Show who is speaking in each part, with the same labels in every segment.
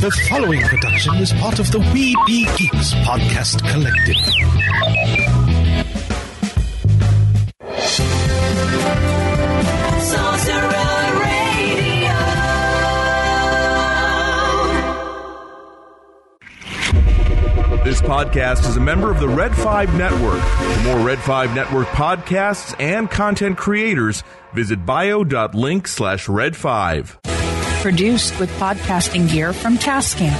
Speaker 1: The following production is part of the We Be Geeks podcast collective.
Speaker 2: Sorcerer Radio.
Speaker 3: This podcast is a member of the Red 5 Network. For more Red 5 Network podcasts and content creators, visit bio.link slash red 5
Speaker 4: produced with podcasting gear from Tascam.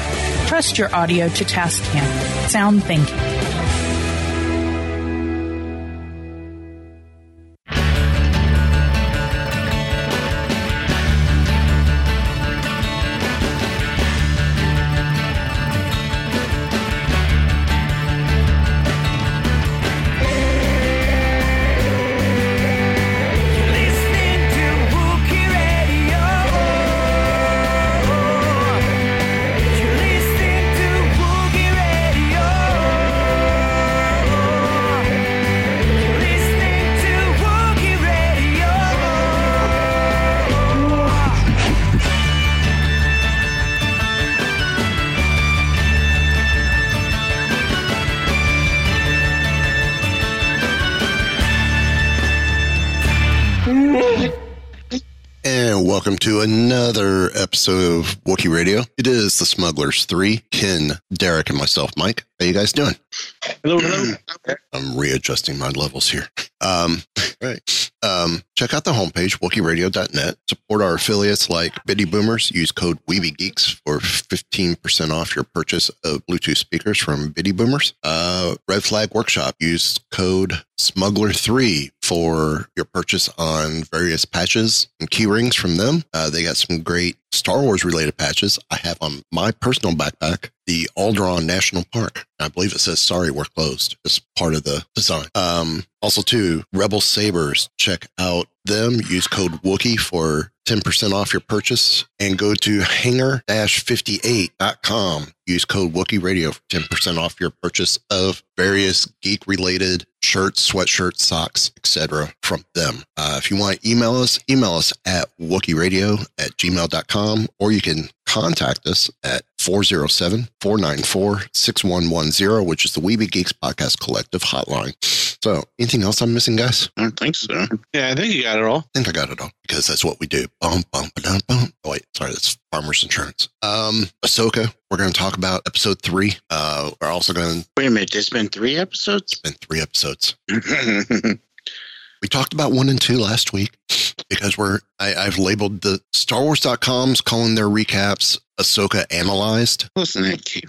Speaker 4: Trust your audio to Tascam. Sound thinking.
Speaker 5: welcome to another episode of Wookie Radio. It is the Smugglers Three, Ken, Derek, and myself, Mike. How you guys doing?
Speaker 6: Hello, hello.
Speaker 5: I'm readjusting my levels here. Um, right. Um, check out the homepage, WookieRadio.net. Support our affiliates like Biddy Boomers. Use code WeebyGeeks for 15% off your purchase of Bluetooth speakers from Biddy Boomers. Uh, Red Flag Workshop. Use code Smuggler3 for your purchase on various patches and key rings from them. Uh, they got some great Star Wars related patches. I have on my personal backpack the Alderaan National Park. I believe it says, sorry, we're closed as part of the design. Um, also, too, Rebel Sabers. Check out them. Use code Wookie for 10% off your purchase and go to hanger-58.com. Use code Wookie Radio for 10% off your purchase of various geek related shirts, sweatshirts, socks, etc. from them. Uh, if you want to email us, email us at wookieradio at gmail.com or you can contact us at 407-494-6110, which is the Weeby Geeks Podcast Collective hotline. So anything else I'm missing, guys?
Speaker 6: I don't think so. Yeah, I think you got it all.
Speaker 5: I think I got it all because that's what we do. Bum, bum, ba-dum, bum. Oh, wait, sorry, that's Farmers Insurance. Um, Ahsoka, we're going to talk about episode three. Uh, we're also going to.
Speaker 6: Wait a minute, there's been three episodes?
Speaker 5: It's been three episodes. we talked about one and two last week because we're I, I've labeled the Star Wars.com's calling their recaps Ahsoka analyzed.
Speaker 6: Listen, that cute.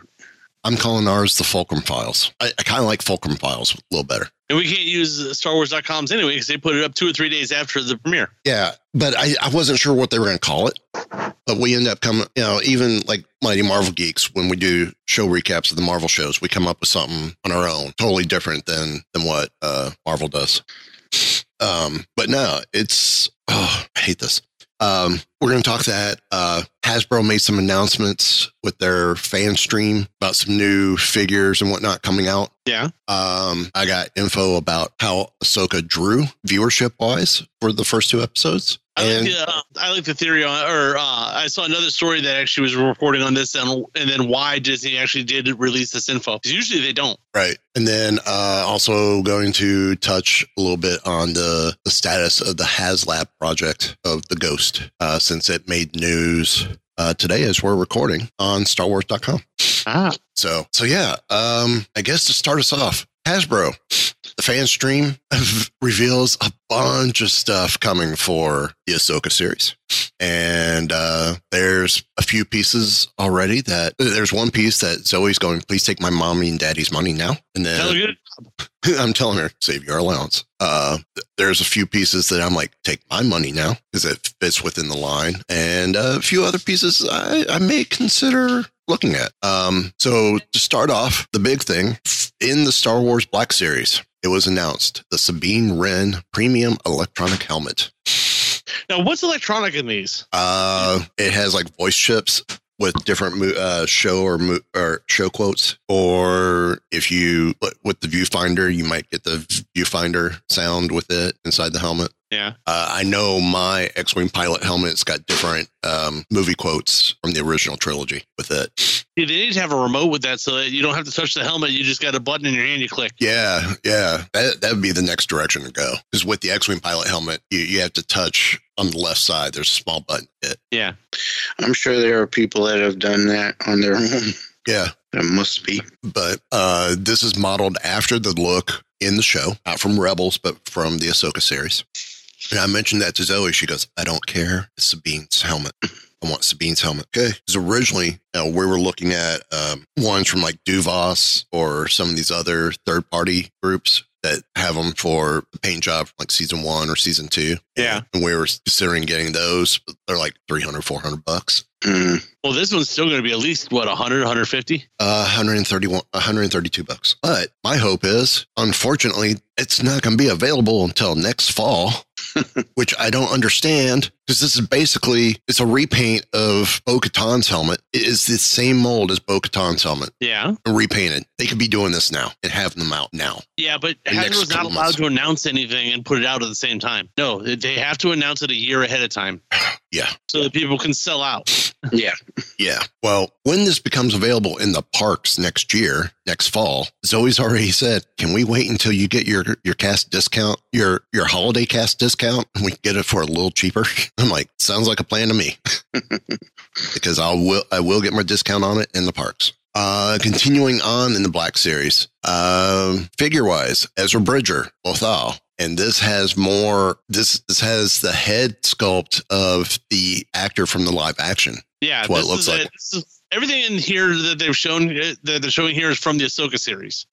Speaker 5: I'm calling ours the Fulcrum Files. I, I kind of like Fulcrum Files a little better.
Speaker 6: And we can't use uh, Star Wars.coms anyway because they put it up two or three days after the premiere.
Speaker 5: Yeah, but I, I wasn't sure what they were going to call it. But we end up coming, you know, even like Mighty Marvel Geeks, when we do show recaps of the Marvel shows, we come up with something on our own, totally different than than what uh, Marvel does. Um, but no, it's oh, I hate this. Um, we're going to talk that uh, Hasbro made some announcements with their fan stream about some new figures and whatnot coming out.
Speaker 6: Yeah.
Speaker 5: Um, I got info about how Ahsoka drew viewership wise for the first two episodes.
Speaker 6: I like, the, uh, I like the theory on, or uh, I saw another story that actually was reporting on this, and and then why Disney actually did release this info because usually they don't.
Speaker 5: Right, and then uh, also going to touch a little bit on the, the status of the HasLab project of the Ghost, uh, since it made news uh, today as we're recording on StarWars.com.
Speaker 6: Ah,
Speaker 5: so so yeah, um, I guess to start us off, Hasbro. The fan stream reveals a bunch of stuff coming for the Ahsoka series. And uh, there's a few pieces already that there's one piece that Zoe's going, please take my mommy and daddy's money now. And then I'm telling her, save your allowance. Uh, there's a few pieces that I'm like, take my money now because it fits within the line. And a few other pieces I, I may consider looking at. Um, so to start off, the big thing in the Star Wars Black Series, it was announced the Sabine Wren Premium Electronic Helmet.
Speaker 6: Now, what's electronic in these?
Speaker 5: Uh, it has like voice chips with different uh, show or, mo- or show quotes, or if you with the viewfinder, you might get the viewfinder sound with it inside the helmet.
Speaker 6: Yeah.
Speaker 5: Uh, I know my X-wing pilot helmet's got different um, movie quotes from the original trilogy with it.
Speaker 6: Yeah, they need to have a remote with that so that you don't have to touch the helmet. You just got a button in your hand, you click.
Speaker 5: Yeah, yeah, that that would be the next direction to go. Because with the X-wing pilot helmet, you, you have to touch on the left side. There's a small button. It,
Speaker 6: Yeah.
Speaker 2: I'm sure there are people that have done that on their own.
Speaker 5: yeah,
Speaker 2: There must be.
Speaker 5: but uh, this is modeled after the look in the show, not from Rebels, but from the Ahsoka series. And I mentioned that to Zoe. She goes, I don't care. It's Sabine's helmet. I want Sabine's helmet. Okay. Because originally, you know, we were looking at um, ones from like Duvos or some of these other third party groups that have them for the paint job, like season one or season two.
Speaker 6: Yeah.
Speaker 5: And we were considering getting those. But they're like 300, 400 bucks.
Speaker 2: Mm.
Speaker 6: Well, this one's still going to be at least, what, 100, 150?
Speaker 5: Uh, 131, 132 bucks. But my hope is, unfortunately, it's not going to be available until next fall, which I don't understand because this is basically it's a repaint of Bo-Katan's helmet. It is the same mold as Bo-Katan's helmet,
Speaker 6: Yeah.
Speaker 5: repainted. They could be doing this now and having them out now.
Speaker 6: Yeah, but
Speaker 5: The next
Speaker 6: Hasbro's not
Speaker 5: couple
Speaker 6: allowed
Speaker 5: months.
Speaker 6: to announce anything and put it out at the same time. No, they have to announce it a year ahead of time.
Speaker 5: Yeah.
Speaker 6: So that people can sell out.
Speaker 2: Yeah.
Speaker 5: Yeah. Well, when this becomes available in the parks next year, next fall, Zoe's already said, "Can we wait until you get your your cast discount, your your holiday cast discount, and we can get it for a little cheaper?" I'm like, "Sounds like a plan to me," because I will I will get my discount on it in the parks. Uh, continuing on in the Black Series, um, figure wise, Ezra Bridger, Lothal, and this has more. This this has the head sculpt of the actor from the live action.
Speaker 6: Yeah.
Speaker 5: That's what it
Speaker 6: this
Speaker 5: looks
Speaker 6: is
Speaker 5: like.
Speaker 6: this is, everything in here that they've shown, uh, that they're showing here is from the Ahsoka series.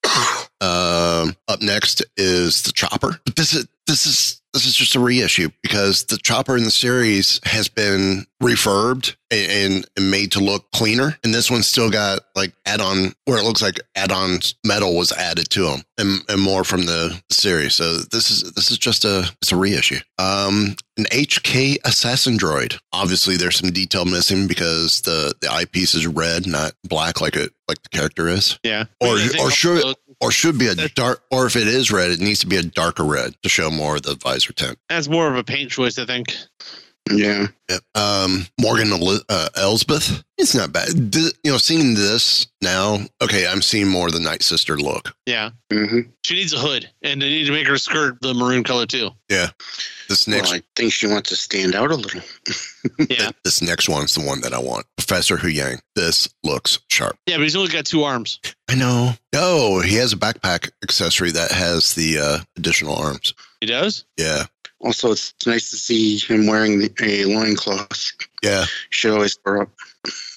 Speaker 5: Um, up next is the chopper. But this is this is this is just a reissue because the chopper in the series has been refurbed and, and, and made to look cleaner, and this one's still got like add-on where it looks like add-on metal was added to them, and, and more from the series. So this is this is just a it's a reissue. Um, an HK assassin droid. Obviously, there's some detail missing because the the eyepiece is red, not black like it like the character is.
Speaker 6: Yeah.
Speaker 5: Or-
Speaker 6: I think
Speaker 5: or should-
Speaker 6: also-
Speaker 5: or should be a
Speaker 6: That's-
Speaker 5: dark or if it is red it needs to be a darker red to show more of the visor tint
Speaker 6: That's more of a paint choice, I think.
Speaker 2: Yeah.
Speaker 5: Yep. um morgan Eli- uh, elsbeth it's not bad Th- you know seeing this now okay i'm seeing more of the night sister look
Speaker 6: Yeah.
Speaker 2: hmm
Speaker 6: She needs a hood, and they need to make her skirt the maroon color too.
Speaker 5: this next
Speaker 2: Well, I think she wants to stand out a little.
Speaker 6: Yeah.
Speaker 5: this next one's the one that i want professor hu yang this looks sharp
Speaker 6: Yeah, but he's only got two arms.
Speaker 5: i know oh he has a backpack accessory that has the uh, additional arms
Speaker 6: He does?
Speaker 5: yeah
Speaker 2: Also, it's nice to see him wearing the, a loincloth.
Speaker 5: yeah
Speaker 2: Should always wear up.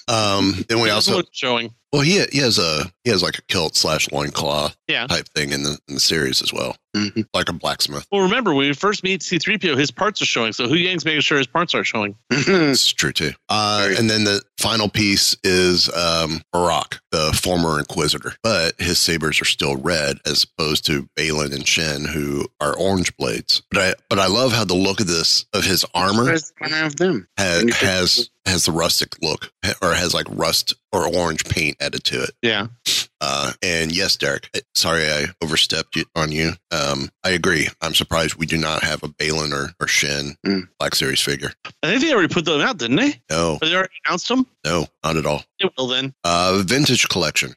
Speaker 5: um then we
Speaker 6: That's
Speaker 5: also
Speaker 6: what it's showing.
Speaker 5: well he, he has a he has like a kilt slash loincloth
Speaker 6: Yeah.
Speaker 5: type thing in the, in the series as well
Speaker 2: hmm
Speaker 5: like a blacksmith.
Speaker 6: Well, remember, when we first meet C3PO, his parts are showing. So Hu Yang's making sure his parts are showing.
Speaker 5: It's true too. Uh,
Speaker 2: Very-
Speaker 5: and then the final piece is um, Barak, the former Inquisitor, but his sabers are still red as opposed to Balin and Shen, who are orange blades. But I but I love how the look of this of his armor
Speaker 2: Where's one of them?
Speaker 5: ha-
Speaker 2: And you can-
Speaker 5: has has the rustic look ha- or has like rust or orange paint added to it.
Speaker 6: Yeah.
Speaker 5: Uh, and yes, Derek, eh, sorry I overstepped it on you. Um, I agree. I'm surprised we do not have a Balin or, or Shen
Speaker 2: Mm.
Speaker 5: Black Series figure.
Speaker 6: I think they already put them out, didn't they?
Speaker 5: No,
Speaker 6: Or they already announced them?
Speaker 5: no, not at all.
Speaker 6: They will then.
Speaker 5: Uh, vintage collection.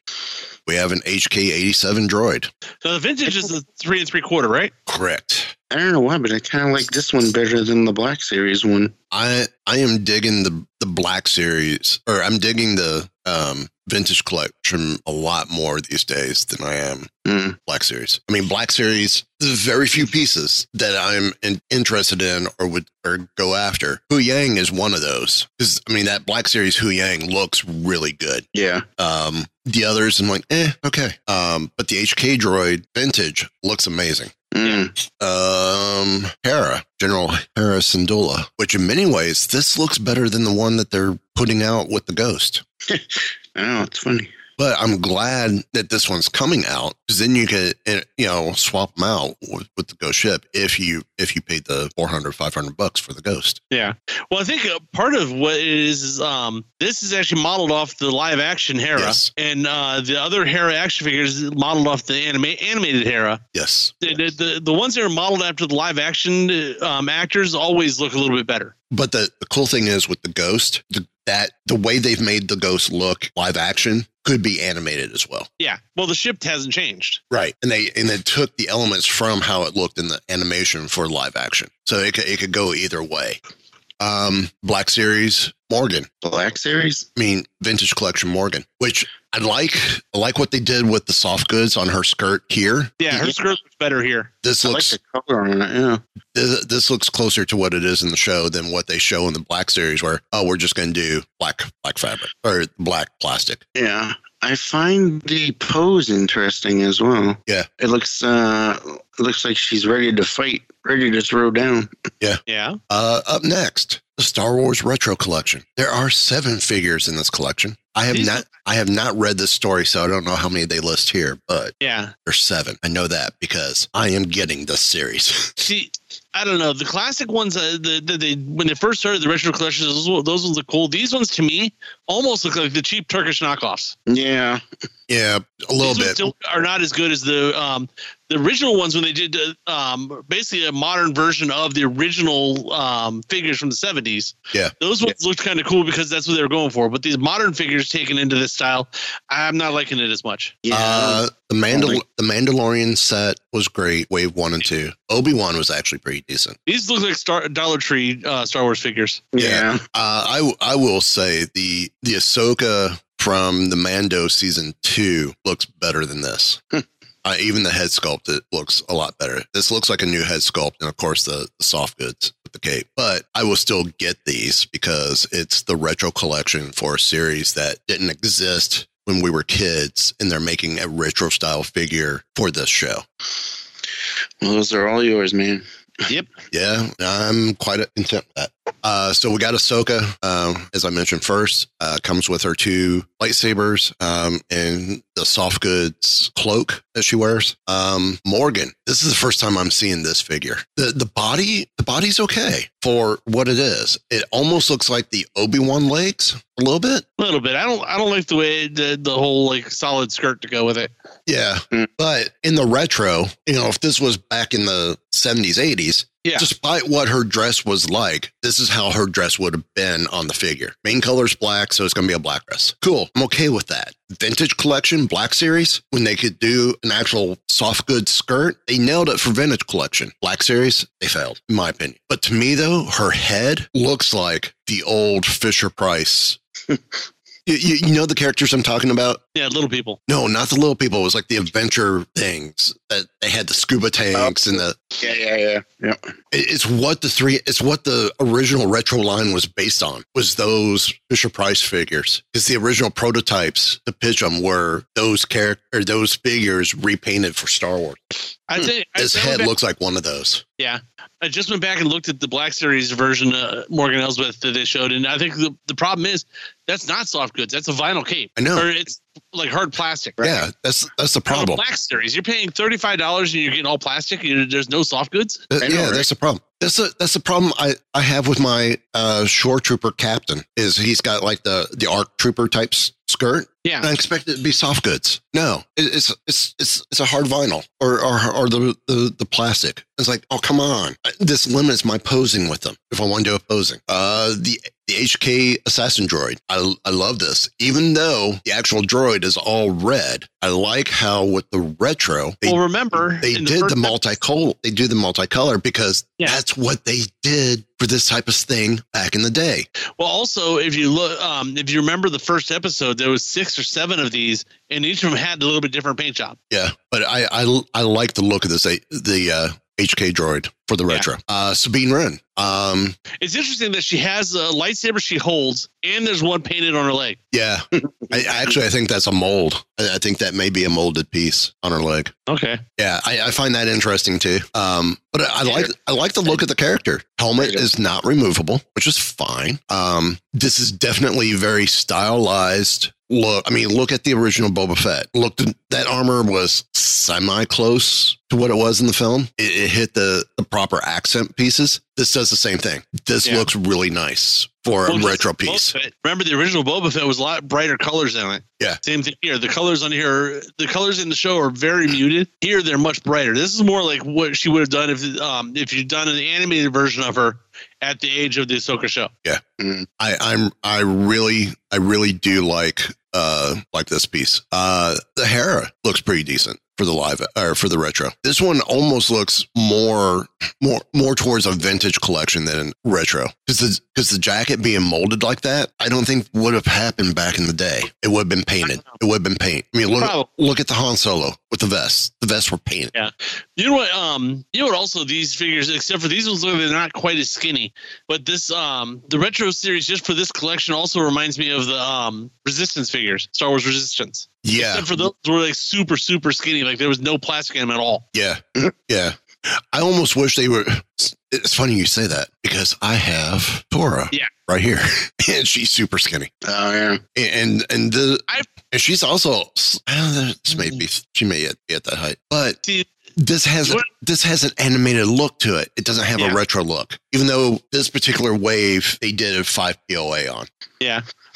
Speaker 5: We have an HK87 droid.
Speaker 6: So the vintage is the three and three quarter, right?
Speaker 5: Correct.
Speaker 2: I don't know why, but I kind of like this one better than the Black Series one.
Speaker 5: I I am digging the the black series, or I'm digging the um vintage collection a lot more these days than I am
Speaker 2: Mm.
Speaker 5: black series. I mean, black series. There's very few pieces that I'm in, interested in or would or go after. Hu Yang is one of those. 'Cause, I mean, that black series Hu Yang looks really good.
Speaker 2: Yeah.
Speaker 5: Um, the others, I'm like, eh, okay. Um, but the HK droid vintage looks amazing.
Speaker 2: Mm.
Speaker 5: Um, Hera, General Hera Syndulla, which in many ways, this looks better than the one that they're putting out with the ghost.
Speaker 2: I don't know. Oh, It's funny.
Speaker 5: But I'm glad that this one's coming out because then you could, eh, you know, swap them out with, with the ghost ship if you if you paid the 400, 500 bucks for the ghost.
Speaker 6: Yeah. Well, I think uh, part of what it is is um, this is actually modeled off the live action Hera,
Speaker 5: Yes.
Speaker 6: and uh, the other Hera action figures is modeled off the anima- animated Hera.
Speaker 5: Yes,
Speaker 6: The, the, the, the ones that are modeled after the live action uh, um, actors always look a little bit better.
Speaker 5: but the, the cool thing is with the ghost the, that the way they've made the ghost look live action could be animated as well.
Speaker 6: Yeah. Well, the ship hasn't changed.
Speaker 5: Right. And they and they took the elements from how it looked in the animation for live action. So it could, it could go either way. Um, Black Series Morgan.
Speaker 2: Black Series.
Speaker 5: I mean, Vintage Collection Morgan, which I like. I like what they did with the soft goods on her skirt here.
Speaker 6: Yeah. Her
Speaker 2: Yeah.
Speaker 6: skirt looks better here.
Speaker 5: This
Speaker 2: I like
Speaker 5: looks
Speaker 2: the color on it. Yeah.
Speaker 5: this, this looks closer to what it is in the show than what they show in the Black Series, where oh, we're just going to do black black fabric or black plastic.
Speaker 2: Yeah. I find the pose interesting as well.
Speaker 5: Yeah.
Speaker 2: It looks uh it looks like she's ready to fight, ready to throw down.
Speaker 6: Yeah.
Speaker 5: Uh, up next, the Star Wars Retro Collection. There are seven figures in this collection. I have
Speaker 6: These-
Speaker 5: not I have not read this story, so I don't know how many they list here, but
Speaker 6: Yeah.
Speaker 5: there's seven. I know that because I am getting this series.
Speaker 6: See, I don't know. The classic ones, uh, the, the, they when they first started the retro collections, those, were- those ones look cool. These ones to me almost look like the cheap Turkish knockoffs.
Speaker 2: Yeah.
Speaker 5: yeah, a little
Speaker 6: These
Speaker 5: bit.
Speaker 6: ones still are not as good as the um, the original ones when they did uh, um, basically a modern version of the original um, figures from the seventies.
Speaker 5: Yeah.
Speaker 6: those ones looked kind of cool because that's what they were going for. But these modern figures taken into this style, I'm not liking it as much.
Speaker 2: Yeah.
Speaker 5: Uh, the Mandal-
Speaker 2: Only-
Speaker 5: the Mandalorian set was great. Wave one and two. Obi Wan was actually pretty decent.
Speaker 6: These look like Star Dollar Tree uh, Star Wars figures.
Speaker 2: yeah.
Speaker 5: Uh, I w- I will say the the Ahsoka from the Mando season two looks better than this. uh, even the head sculpt it looks a lot better. This looks like a new head sculpt, and of course the, the soft goods with the cape. But I will still get these because it's the retro collection for a series that didn't exist when we were kids, and they're making a retro style figure for this show.
Speaker 2: Well, those are all yours, man.
Speaker 5: Yeah, I'm quite content with that. Uh, so we got Ahsoka, um, as I mentioned first, uh, comes with her two lightsabers um, and the soft goods cloak that she wears. Um, Morgan, this is the first time I'm seeing this figure. the The body, the body's okay for what it is. It almost looks like the Obi Wan legs a little bit.
Speaker 6: A little bit. I don't. I don't like the way the the whole like solid skirt to go with it.
Speaker 5: Yeah,
Speaker 2: Mm.
Speaker 5: but in the retro, you know, if this was back in the 70s, 80s,
Speaker 6: Yeah.
Speaker 5: despite what her dress was like, this is how her dress would have been on the figure. Main color's black, so it's going to be a black dress. Cool. I'm okay with that. Vintage collection, black series, when they could do an actual soft goods skirt, they nailed it for vintage collection. Black series, they failed, in my opinion. But to me, though, her head looks like the old Fisher Price. You, you, you know the characters I'm talking about?
Speaker 6: Yeah, little people.
Speaker 5: No, not the little people. It was like the adventure things that they had the scuba tanks and the.
Speaker 2: Yeah, yeah, yeah. Yep.
Speaker 5: it- It's what the three. It's what the original retro line was based on. Was those Fisher Price figures? Because the original prototypes to pitch them were those character, those figures repainted for Star Wars.
Speaker 6: I think I-
Speaker 5: This
Speaker 6: I went
Speaker 5: Hmm. head
Speaker 6: back-
Speaker 5: looks like one of those.
Speaker 6: I just went back and looked at the Black Series version uh, Morgan Elsbeth that they showed, and I think the, the problem is that's not soft goods. That's a vinyl cape,
Speaker 5: I know.
Speaker 6: or it's like hard plastic.
Speaker 5: Yeah, that's that's the
Speaker 6: On the
Speaker 5: problem.
Speaker 6: Black Series, you're paying thirty five dollars and you're getting all plastic. And there's no soft goods.
Speaker 5: Uh,
Speaker 2: I know,
Speaker 5: yeah,
Speaker 2: right?
Speaker 5: that's the problem. That's a that's the problem I, I have with my uh, shore trooper captain is he's got like the the arc trooper type s- skirt.
Speaker 6: Yeah.
Speaker 5: and I expect it to be soft goods. No, it, it's it's it's it's a hard vinyl or or, or the, the the plastic. It's like oh come on, this limits my posing with them if I want to do a posing. Uh, the the HK assassin droid. I I love this, even though the actual droid is all red. I like how with the retro they
Speaker 6: well, remember
Speaker 5: they
Speaker 6: in
Speaker 5: did the,
Speaker 6: first-
Speaker 5: multicolor. They do the multicolor because
Speaker 6: Yeah.
Speaker 5: that's what they did for this type of thing back in the day.
Speaker 6: Well, also if you look, um, if you remember the first episode, there was six or seven of these, and each of them had a little bit different paint job.
Speaker 5: Yeah, but I I, I like the look of this eh, the uh, HK droid for the
Speaker 6: Yeah.
Speaker 5: retro. Uh, Sabine Wren. Um,
Speaker 6: It's interesting that she has a lightsaber she holds, and there's one painted on her leg.
Speaker 5: yeah, I, I actually I think that's a mold. I, I think that may be a molded piece on her leg.
Speaker 6: Okay.
Speaker 5: Yeah, I, I find that interesting too. Um, but I, I like I like the look of the character. Helmet is not removable, which is fine. Um, this is definitely very stylized look. I mean, look at the original Boba Fett. Look, that armor was semi close to what it was in the film. It, it hit the, the proper accent pieces. This does the same thing. This
Speaker 6: Yeah.
Speaker 5: looks really nice for
Speaker 6: Well,
Speaker 5: a
Speaker 6: just
Speaker 5: retro
Speaker 6: Boba
Speaker 5: piece.
Speaker 6: Fett. Remember the original Boba Fett was a lot brighter colors in it.
Speaker 5: Yeah.
Speaker 6: Same thing here. The colors on here, the colors in the show are very muted. Here they're much brighter. This is more like what she would have done if um if you'd done an animated version of her at the age of the Ahsoka show.
Speaker 5: I, I'm I really I really do like uh like this piece. Uh the Hera looks pretty decent for the live or for the retro. This one almost looks more more more towards a vintage collection than retro because because the, jacket being molded like that I don't think would have happened back in the day. It would have been painted. It would have been paint. I mean look
Speaker 6: Probably.
Speaker 5: look at the Han Solo with the vest. The vests were painted.
Speaker 6: You know what? Um, you know what? Also, these figures, except for these ones, look like they're not quite as skinny. But this, um, the retro series just for this collection also reminds me of the um Resistance figures, Star Wars Resistance.
Speaker 5: Yeah,
Speaker 6: Except for those were like super super skinny, like there was no plastic in them at all.
Speaker 5: yeah, yeah. I almost wish they were. It's funny you say that because I have Tora.
Speaker 6: Yeah.
Speaker 5: right here, and she's super skinny,
Speaker 2: Oh yeah.
Speaker 5: and and the
Speaker 6: I've-
Speaker 5: and she's also I don't know, this may be she may yet be at that height, but
Speaker 6: See,
Speaker 5: this has
Speaker 6: What-
Speaker 5: this has an animated look to it. It doesn't have
Speaker 6: Yeah.
Speaker 5: a retro look, even though this particular wave they did a five POA on.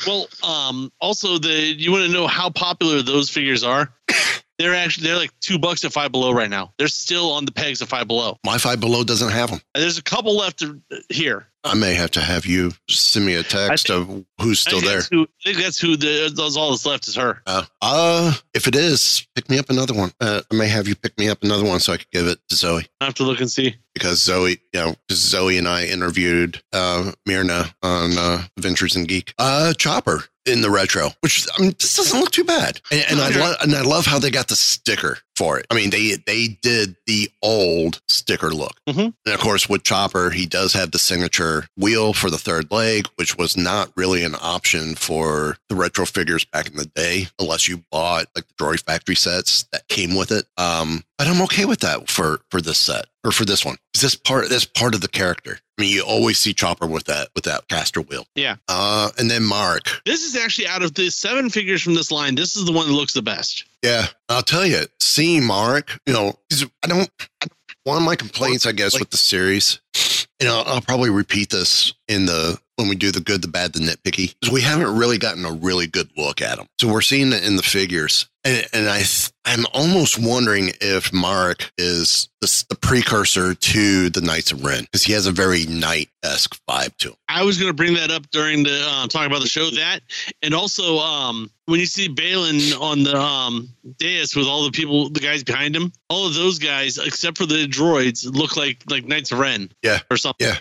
Speaker 6: Well, um, also the you want to know how popular those figures are? They're actually they're like two bucks at Five Below right now. They're still on the pegs at Five Below.
Speaker 5: My five below doesn't have them.
Speaker 6: And there's a couple left to- here.
Speaker 5: I may have to have you send me a text of who's
Speaker 6: I
Speaker 5: still
Speaker 6: think
Speaker 5: there.
Speaker 6: that's who- I think that's who the, that's all that's left is her.
Speaker 5: Uh, uh, if it is, pick me up another one. Uh, I may have you pick me up another one so I could give it to Zoe.
Speaker 6: I have to look and see.
Speaker 5: because Zoe, you know, 'cause Zoe and I interviewed uh, Mirna on uh, Adventures in Geek. Uh, Chopper in the retro, which I mean, this doesn't look too bad, and, and I lo- and I love how they got the sticker for it. I mean, they they did the old sticker look,
Speaker 6: Mhm.
Speaker 5: and of course with Chopper, he does have the signature wheel for the third leg, which was not really an option for the retro figures back in the day, unless you bought like the Droid Factory sets that came with it. Um, but I'm okay with that for for this set or for this one. 'Cause This part that's part of the character. I mean, you always see Chopper with that with that caster wheel.
Speaker 6: Yeah.
Speaker 5: Uh, and then Mark.
Speaker 6: This is actually out of the seven figures from this line. This is the one that looks the best.
Speaker 5: Yeah, I'll tell you, seeing Mark, you know, 'cause I don't. One of my complaints, I guess, with the series, and I'll, I'll probably repeat this in the when we do the good, the bad, the nitpicky, is we haven't really gotten a really good look at them. So we're seeing it in the figures, and, and I, th- I'm almost wondering if Mark is the, s- the precursor to the Knights of Ren because he has a very knight esque vibe to him.
Speaker 6: I was going to bring that up during the um, talking about the show that, and also um, when you see Balin on the um, dais with all the people, the guys behind him, all of those guys except for the droids look like like Knights of Ren,
Speaker 5: Yeah.
Speaker 6: or something.
Speaker 5: Yeah.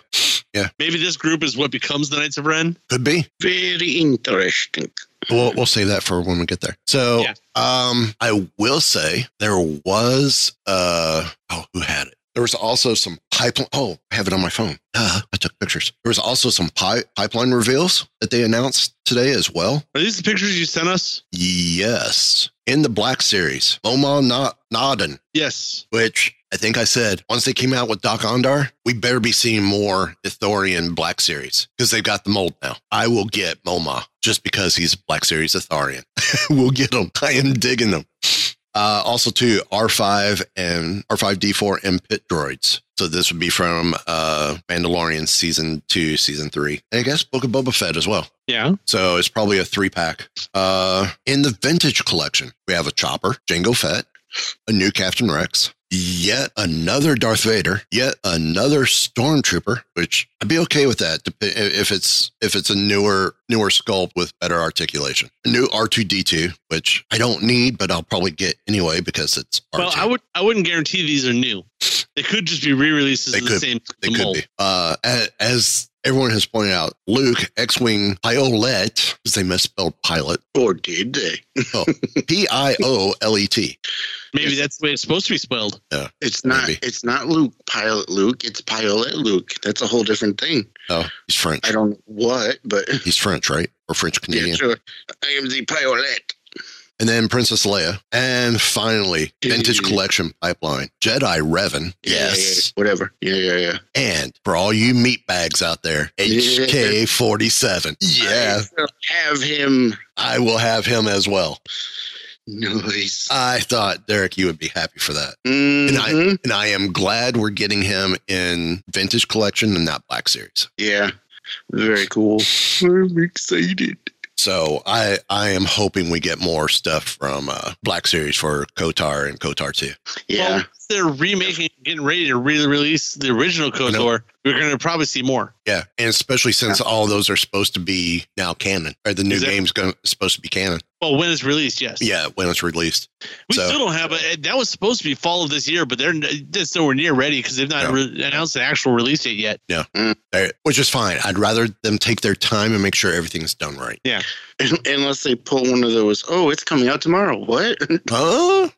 Speaker 5: Yeah.
Speaker 6: Maybe this group is what becomes the Knights of Ren.
Speaker 5: Could be.
Speaker 2: Very interesting.
Speaker 5: We'll, we'll save that for when we get there. So,
Speaker 6: Yeah.
Speaker 5: um, I will say there was, uh, oh, who had it? There was also some pipeline. Oh, I have it on my phone. Uh, I took pictures. There was also some pi- pipeline reveals that they announced today as well.
Speaker 6: Are these the pictures you sent us?
Speaker 5: Yes, in the Black Series, Omar Na- Naden,
Speaker 6: Yes.
Speaker 5: which I think I said once they came out with Doc Ondar, we better be seeing more Ithorian Black Series because they've got the mold now. I will get MoMA just because he's Black Series Ithorian. we'll get him. I am digging them. Uh, also, too, R5 and R5D4 and pit droids. So this would be from uh, Mandalorian season two, season three, and I guess Book of Boba Fett as well.
Speaker 6: Yeah.
Speaker 5: So it's probably a three pack. Uh, in the vintage collection, we have a Chopper, Jango Fett, a new Captain Rex, yet another Darth Vader, yet another Stormtrooper. Which I'd be okay with that dep- if it's if it's a newer newer sculpt with better articulation. A new R two D two, which I don't need, but I'll probably get anyway because it's R2.
Speaker 6: Well, I would. I wouldn't guarantee these are new. They could just be re-releases
Speaker 5: They
Speaker 6: of
Speaker 5: could-
Speaker 6: the same
Speaker 5: They
Speaker 6: the
Speaker 5: could
Speaker 6: mold.
Speaker 5: be. Uh, as, as everyone has pointed out, Luke X Wing Piolet, because they misspelled pilot,
Speaker 2: Or did they?
Speaker 5: P I O L E T.
Speaker 6: Maybe that's the way it's supposed to be spelled.
Speaker 2: It's not.
Speaker 5: Maybe.
Speaker 2: It's not Luke. Pilot Luke. It's Pilot Luke. That's a whole different thing.
Speaker 5: Oh, he's French.
Speaker 2: I don't know what, but
Speaker 5: He's French, right? Or French
Speaker 2: yeah,
Speaker 5: Canadian?
Speaker 2: sure. I am the pilot.
Speaker 5: and then Princess Leia, and finally Vintage
Speaker 2: Yeah.
Speaker 5: Collection Pipeline, Jedi Revan.
Speaker 2: Yeah, yeah,
Speaker 5: Yes.
Speaker 2: yeah, whatever. Yeah, yeah, yeah.
Speaker 5: And for all you meatbags out there,
Speaker 2: Yeah.
Speaker 5: HK 47. Yeah,
Speaker 2: I will have him.
Speaker 5: I will have him as well.
Speaker 2: Nice.
Speaker 5: I thought, Derek, you would be happy for that. And I,
Speaker 2: Mhm.
Speaker 5: and I am glad we're getting him in Vintage Collection and not Black Series.
Speaker 2: Yeah. Very cool. I'm excited.
Speaker 5: So I, I am hoping we get more stuff from uh, Black Series for Kotar and Kotar 2.
Speaker 2: Yeah.
Speaker 6: Well, they're remaking, getting ready to really release the original KOTOR. We're going to probably see more.
Speaker 5: Yeah, and especially since all those are supposed to be now canon, or the new
Speaker 6: Is that-
Speaker 5: game's going supposed to be canon.
Speaker 6: Well, when it's released, yes.
Speaker 5: Yeah, when it's released.
Speaker 6: We
Speaker 5: so-
Speaker 6: still don't have a. eh, That was supposed to be fall of this year, but they're that's nowhere near ready because they've not
Speaker 5: No.
Speaker 6: re- announced the actual release date yet.
Speaker 5: All right, Which is fine. I'd rather them take their time and make sure everything's done right.
Speaker 2: Unless they pull one of those. Oh, it's coming out tomorrow. What?
Speaker 5: Huh?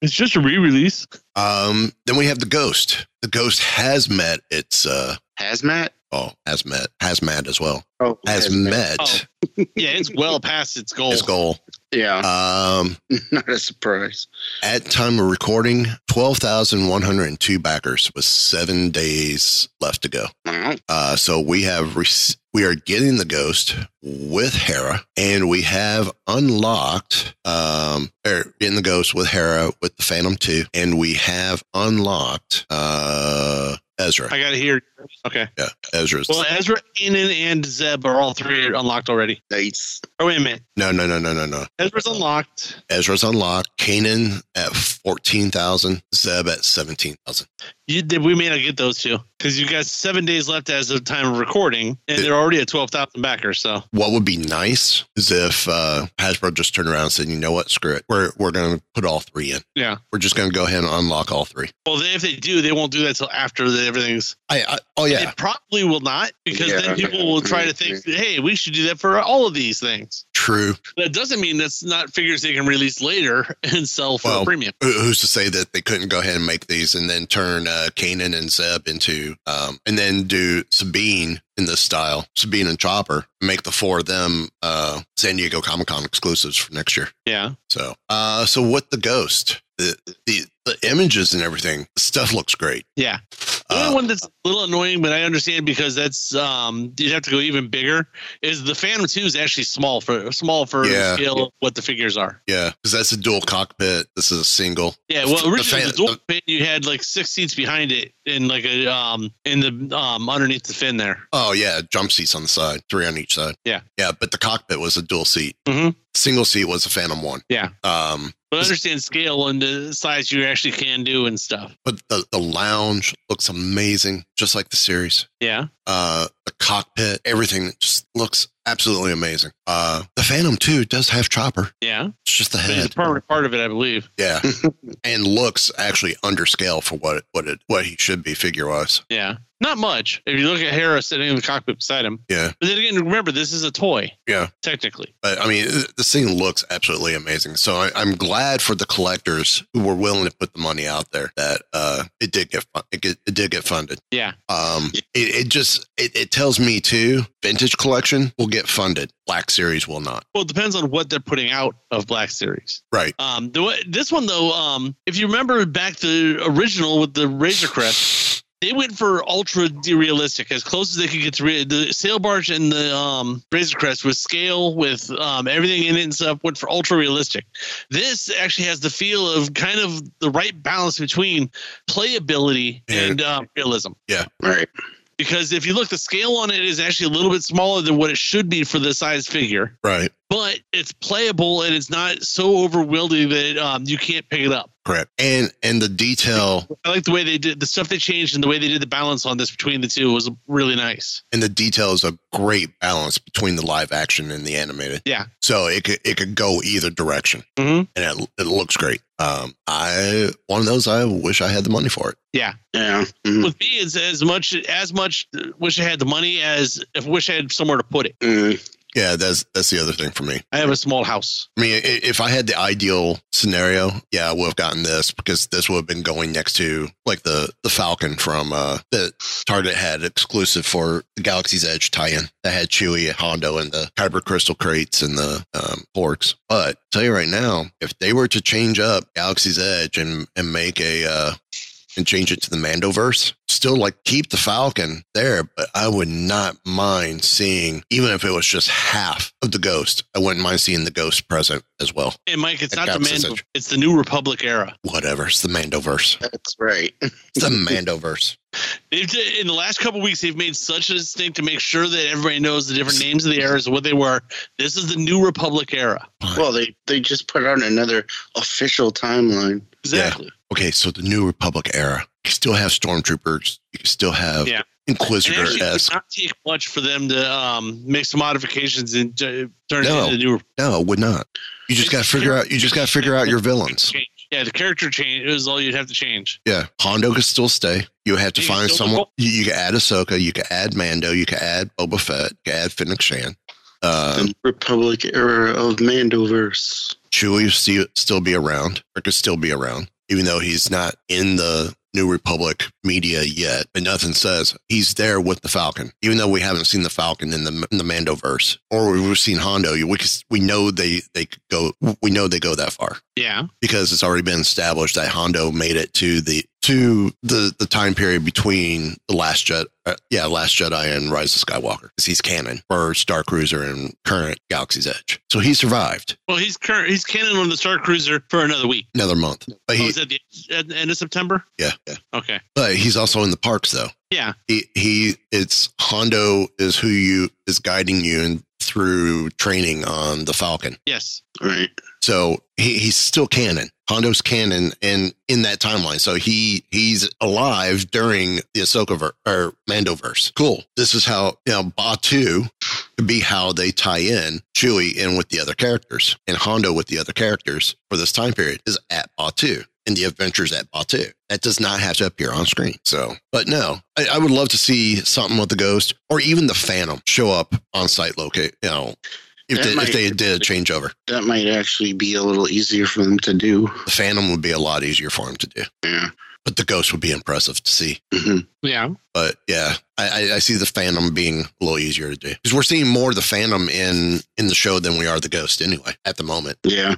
Speaker 6: It's just a re-release.
Speaker 5: Um, then we have the ghost. The ghost has met its uh
Speaker 2: Hazmat?
Speaker 5: oh has met has met as well
Speaker 2: Oh,
Speaker 5: has met oh.
Speaker 6: Oh. Yeah, it's well past its goal.
Speaker 5: its goal.
Speaker 2: Yeah.
Speaker 5: Um,
Speaker 2: Not a surprise.
Speaker 5: at time of recording, twelve thousand one hundred and two backers with seven days left to go.
Speaker 2: Wow.
Speaker 5: Uh, so we have rec- we are getting the ghost with Hera, and we have unlocked um er, in the ghost with Hera with the Phantom Two, and we have unlocked uh Ezra.
Speaker 6: I got to hear. Okay.
Speaker 5: Yeah, Ezra's.
Speaker 6: Well, Ezra, Enan, and Zeb are all three unlocked already.
Speaker 2: Nice.
Speaker 6: Oh wait a minute,
Speaker 5: no, no, no, no, no, no.
Speaker 6: Ezra's unlocked.
Speaker 5: Ezra's unlocked. Kanan at fourteen thousand. Zeb at seventeen thousand.
Speaker 6: You, did- we may not get those two because you got seven days left as of time of recording, and they're already at twelve thousand backers. So
Speaker 5: What would be nice is if uh, Hasbro just turned around and said, "You know what? Screw it. We're we're going to put all three in.
Speaker 6: Yeah.
Speaker 5: We're just going to go ahead and unlock all three.
Speaker 6: well, they, if they do, they won't do that till after the, everything's.
Speaker 5: I, I oh
Speaker 6: They
Speaker 5: yeah,
Speaker 6: probably will not because
Speaker 2: Yeah.
Speaker 6: then people will try to think, hey, we should do that for all of these things.
Speaker 5: true.
Speaker 6: That doesn't mean that's not figures they can release later and sell for
Speaker 5: Well,
Speaker 6: a premium.
Speaker 5: Who- Who's to say that they couldn't go ahead and make these and then turn uh, Kanan and Zeb into, um, and then do Sabine in this style, Sabine and Chopper, make the four of them uh, San Diego Comic Con exclusives for next year.
Speaker 6: Yeah.
Speaker 5: So, uh, so what the ghost, the, the, the images and everything, the stuff looks great.
Speaker 6: Yeah. The
Speaker 5: Uh,
Speaker 6: only one that's a little annoying, but I understand because that's um you'd have to go even bigger, is the Phantom Two is actually small for small for
Speaker 5: Yeah.
Speaker 6: the scale of what the figures are.
Speaker 5: yeah, because that's a dual cockpit. This is a single.
Speaker 6: Yeah, well
Speaker 5: The
Speaker 6: originally the,
Speaker 5: Phan-
Speaker 6: dual fin you had like six seats behind it and like a um in the um underneath the fin there.
Speaker 5: Oh yeah, jump seats on the side, three on each side.
Speaker 6: Yeah.
Speaker 5: yeah, but the cockpit was a dual seat.
Speaker 6: Mhm.
Speaker 5: Single seat was a Phantom one.
Speaker 6: Yeah.
Speaker 5: Um,
Speaker 6: But I understand scale and the size you actually can do and stuff.
Speaker 5: but the, the lounge looks amazing, just like the series.
Speaker 6: Yeah.
Speaker 5: Uh, the cockpit, everything just looks absolutely amazing. Uh, the Phantom 2 does have Chopper.
Speaker 6: Yeah,
Speaker 5: It's just the
Speaker 6: he's a
Speaker 5: head.
Speaker 6: permanent part of it, I believe.
Speaker 5: Yeah. and looks actually under scale for what it, what it, what he should be figure wise.
Speaker 6: Yeah, not much. If you look at Hera sitting in the cockpit beside him.
Speaker 5: Yeah.
Speaker 6: but then again, remember this is a toy.
Speaker 5: Yeah.
Speaker 6: technically.
Speaker 5: But I mean, th- this thing looks absolutely amazing. So I, I'm glad for the collectors who were willing to put the money out there that uh, it did get fun- it, get, it did get funded.
Speaker 6: Yeah.
Speaker 5: Um, it, it just it, it tells me too. Vintage collection will get funded. Black series will not.
Speaker 6: Well, it depends on what they're putting out of Black Series.
Speaker 5: Right.
Speaker 6: Um, the, way- this one though, um, if you remember back the original with the Razor Crest, they went for ultra realistic, as close as they could get to re- the sail barge and the um, Razor Crest with scale, with um, everything in it and stuff. Went for ultra realistic. This actually has the feel of kind of the right balance between playability
Speaker 5: Yeah.
Speaker 6: and um, realism.
Speaker 2: Right.
Speaker 6: Because if you look, the scale on it is actually a little bit smaller than what it should be for the size figure
Speaker 5: Right.
Speaker 6: but it's playable and it's not so overwhelming that um, you can't pick it up.
Speaker 5: Correct. And and the detail
Speaker 6: I like the way they did the stuff they changed and the way they did the balance on this between the two was really nice.
Speaker 5: and the detail is a great balance between the live action and the animated.
Speaker 6: Yeah.
Speaker 5: So it could it could go either direction,
Speaker 6: Mhm.
Speaker 5: and it, it looks great. Um, I one of those I wish I had the money for it.
Speaker 2: Yeah. Mm,
Speaker 6: With me, it's as much as much uh, wish I had the money as if wish I had somewhere to put it.
Speaker 2: mm,
Speaker 5: Yeah, that's that's the other thing for me.
Speaker 6: I have a small house.
Speaker 5: I mean, i- if I had the ideal scenario, yeah, I would have gotten this because this would have been going next to like the the Falcon from uh that Target had exclusive for the Galaxy's Edge tie-in that had Chewie, Hondo, and the Kyber Crystal crates and the um, Porks. But tell you right now, if they were to change up Galaxy's Edge and and make a uh and change it to the Mandoverse. Still, like keep the Falcon there, but I would not mind seeing, even if it was just half of the Ghost. I wouldn't mind seeing the Ghost present as well.
Speaker 6: And Mike, it's
Speaker 5: It
Speaker 6: not the
Speaker 5: counts as
Speaker 6: Mando.
Speaker 5: such.
Speaker 6: It's the New Republic era.
Speaker 5: Whatever, it's the Mandoverse.
Speaker 2: That's right.
Speaker 5: It's the Mandoverse.
Speaker 6: They've d- in the last couple weeks, they've made such a distinct to make sure that everybody knows the different names of the eras, what they were. This is the New Republic era.
Speaker 2: Well, they they just put out another official timeline.
Speaker 6: Exactly.
Speaker 5: Okay, so the New Republic era. You still have stormtroopers. You can still have
Speaker 6: Yeah. And
Speaker 5: Inquisitor
Speaker 6: actually, it
Speaker 5: esque.
Speaker 6: did not take much for them to um, make some modifications and uh, turn
Speaker 5: No.
Speaker 6: it into the New
Speaker 5: No, it would not. You just got to figure out. You just got to figure out your villains.
Speaker 6: Republic. Yeah, the character change is all you'd have to change.
Speaker 5: Yeah, Hondo could still stay. You have to
Speaker 6: Yeah,
Speaker 5: find
Speaker 6: Ahsoka-
Speaker 5: someone. You, you can add Ahsoka. You can add Mando. You can add Boba Fett. You can add Fennec Shan. Uh,
Speaker 2: the Republic era of Mandoverse.
Speaker 5: Chewie still still be around. Or could still be around, even though he's not in the New Republic media yet. But nothing says he's there with the Falcon, even though we haven't seen the Falcon in the in the Mandoverse, or we've seen Hondo. We could, we know they they could go. We know they go that far.
Speaker 6: Yeah.
Speaker 5: because it's already been established that Hondo made it to the to the the time period between the last Jedi, uh, yeah, Last Jedi and Rise of Skywalker, because he's canon for Star Cruiser and current Galaxy's Edge. So he survived
Speaker 6: Well, he's current. He's canon on the Star Cruiser for another week.
Speaker 5: another month, but
Speaker 6: Oh,
Speaker 5: he
Speaker 6: is that the at the end of September?
Speaker 5: yeah, yeah.
Speaker 6: Okay.
Speaker 5: But he's also in the parks though.
Speaker 6: Yeah.
Speaker 5: He he it's Hondo is who you is guiding you and through training on the Falcon.
Speaker 6: Yes.
Speaker 2: Right.
Speaker 5: So he, he's still canon. Hondo's canon and in that timeline. So he he's alive during the Ahsoka ver- or Mandoverse. Cool. This is how you know Batu could be how they tie in Chewie in with the other characters and Hondo with the other characters for this time period is at Batu and the adventures at Batu. That does not have to appear on screen. So, but no, I, I would love to see something with the ghost or even the Phantom show up on site locate. You know, if
Speaker 2: That
Speaker 5: they, if
Speaker 2: might-
Speaker 5: they did a changeover
Speaker 2: That might actually be a little easier for them to do.
Speaker 5: the Phantom would be a lot easier for him to do,
Speaker 2: Yeah.
Speaker 5: but the Ghost would be impressive to see.
Speaker 2: hmm
Speaker 6: Yeah.
Speaker 5: But yeah, I, I, I see the Phantom being a little easier to do because we're seeing more of the Phantom in in the show than we are the Ghost anyway at the moment.
Speaker 2: Yeah.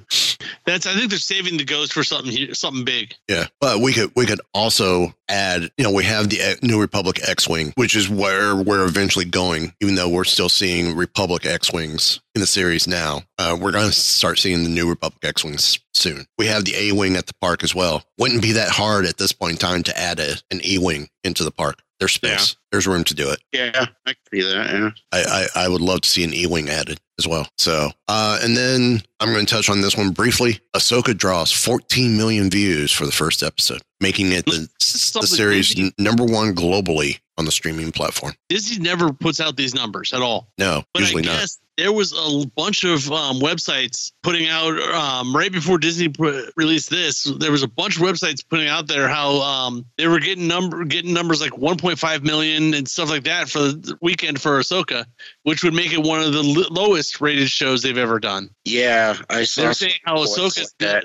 Speaker 6: That's. I think they're saving the ghost for something hu- something big.
Speaker 5: Yeah, but we could we could also add. You know, we have the uh, New Republic X-wing, which is where we're eventually going. Even though we're still seeing Republic X-wings in the series now, uh, we're going to start seeing the New Republic X-wings soon. We have the A-wing at the park as well. Wouldn't be that hard at this point in time to add a, an E-wing into the park. There's space. There's room to do it.
Speaker 2: Yeah. I could see that. Yeah.
Speaker 5: I, I, I would love to see an E Wing added as well. So, uh, and then I'm going to touch on this one briefly. Ahsoka draws 14 million views for the first episode, making it the, the
Speaker 6: Something
Speaker 5: series
Speaker 6: Disney,
Speaker 5: n- number one globally on the streaming platform.
Speaker 6: Disney never puts out these numbers at all.
Speaker 5: No,
Speaker 6: But
Speaker 5: usually
Speaker 6: I
Speaker 5: not.
Speaker 6: guess there was a l- bunch of um, websites putting out um, right before Disney pr- released this. There was a bunch of websites putting out there how um, they were getting number getting numbers like 1.5 million and stuff like that for the weekend for Ahsoka, which would make it one of the l- lowest rated shows they've ever done.
Speaker 2: Yeah. I saw.
Speaker 6: They're saying how Ahsoka's dead,
Speaker 2: that.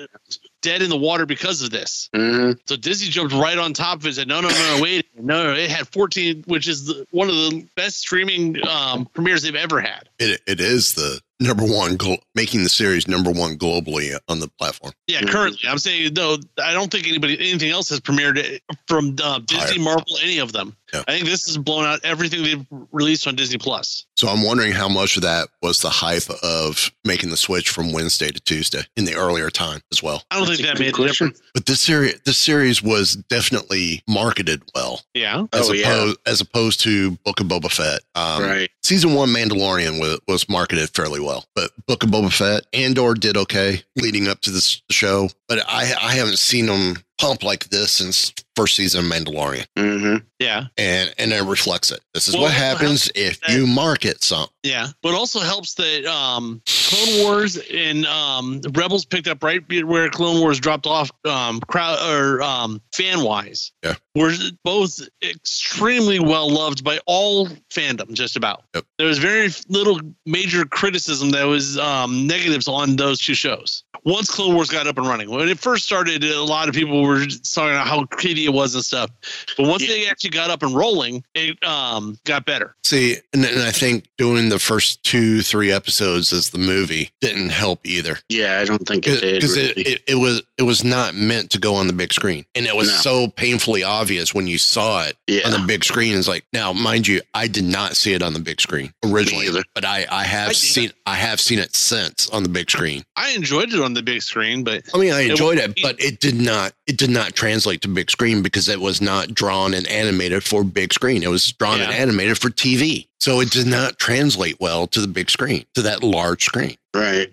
Speaker 6: dead in the water because of this.
Speaker 2: hmm
Speaker 6: So Disney jumped right on top of it and said, no, no, no, no, wait. No, it had 14, which is the, one of the best streaming um, premieres they've ever had.
Speaker 5: It, it is the number one, glo- making the series number one globally on the platform.
Speaker 6: Yeah,
Speaker 2: Mhm.
Speaker 6: currently. I'm saying, no, I don't think anybody, anything else has premiered from uh, Disney,
Speaker 5: Higher.
Speaker 6: Marvel, any of them.
Speaker 5: Yeah.
Speaker 6: I think this has blown out everything they've released on Disney Plus.
Speaker 5: So I'm wondering how much of that was the hype of making the switch from Wednesday to Tuesday in the earlier time as well.
Speaker 6: I don't think that made a difference.
Speaker 5: But this series, this series was definitely marketed well,
Speaker 6: Yeah.
Speaker 5: as
Speaker 2: Oh, yeah.
Speaker 5: opposed as opposed to Book of Boba Fett. Um,
Speaker 2: right.
Speaker 5: Season one Mandalorian was, was marketed fairly well, but Book of Boba Fett Andor did okay leading up to this show. But I I haven't seen them pump like this since first season of Mandalorian,
Speaker 2: hmm
Speaker 6: Yeah.
Speaker 5: and and it reflects it. This is
Speaker 6: Well,
Speaker 5: what
Speaker 6: what
Speaker 5: happens if you market something.
Speaker 6: Yeah, but also helps that um, Clone Wars and um, Rebels picked up right be- where Clone Wars dropped off, um, crowd or um, fan wise.
Speaker 5: Yeah.
Speaker 6: were both extremely well loved by all fandom, just about.
Speaker 5: Yep.
Speaker 6: There was very little major criticism that was um, negatives on those two shows. Once Clone Wars got up and running, when it first started, a lot of people were just talking about how shitty it was and stuff. But once they actually got up and rolling, it um, got better.
Speaker 5: See, and, and I think doing the first two, three episodes as the movie didn't help either.
Speaker 2: Yeah, I don't think it did.
Speaker 5: Because it,
Speaker 2: really.
Speaker 5: it, it was it was not meant to go on the big screen, and it was
Speaker 2: No.
Speaker 5: so painfully obvious when you saw it
Speaker 2: yeah.
Speaker 5: on the big screen. It's like now, mind you, I did not see it on the big screen originally,
Speaker 2: Me either.
Speaker 5: but I I have
Speaker 6: I did.
Speaker 5: seen I have seen it since on the big screen.
Speaker 6: I enjoyed it on the big screen, but
Speaker 5: I mean, I enjoyed it,
Speaker 6: was-
Speaker 5: but it did not it did not translate to big screen because it was not drawn and animated for big screen. It was drawn and
Speaker 6: Yeah.
Speaker 5: animated for TV, so it did not translate well to the big screen to that large screen.
Speaker 2: right.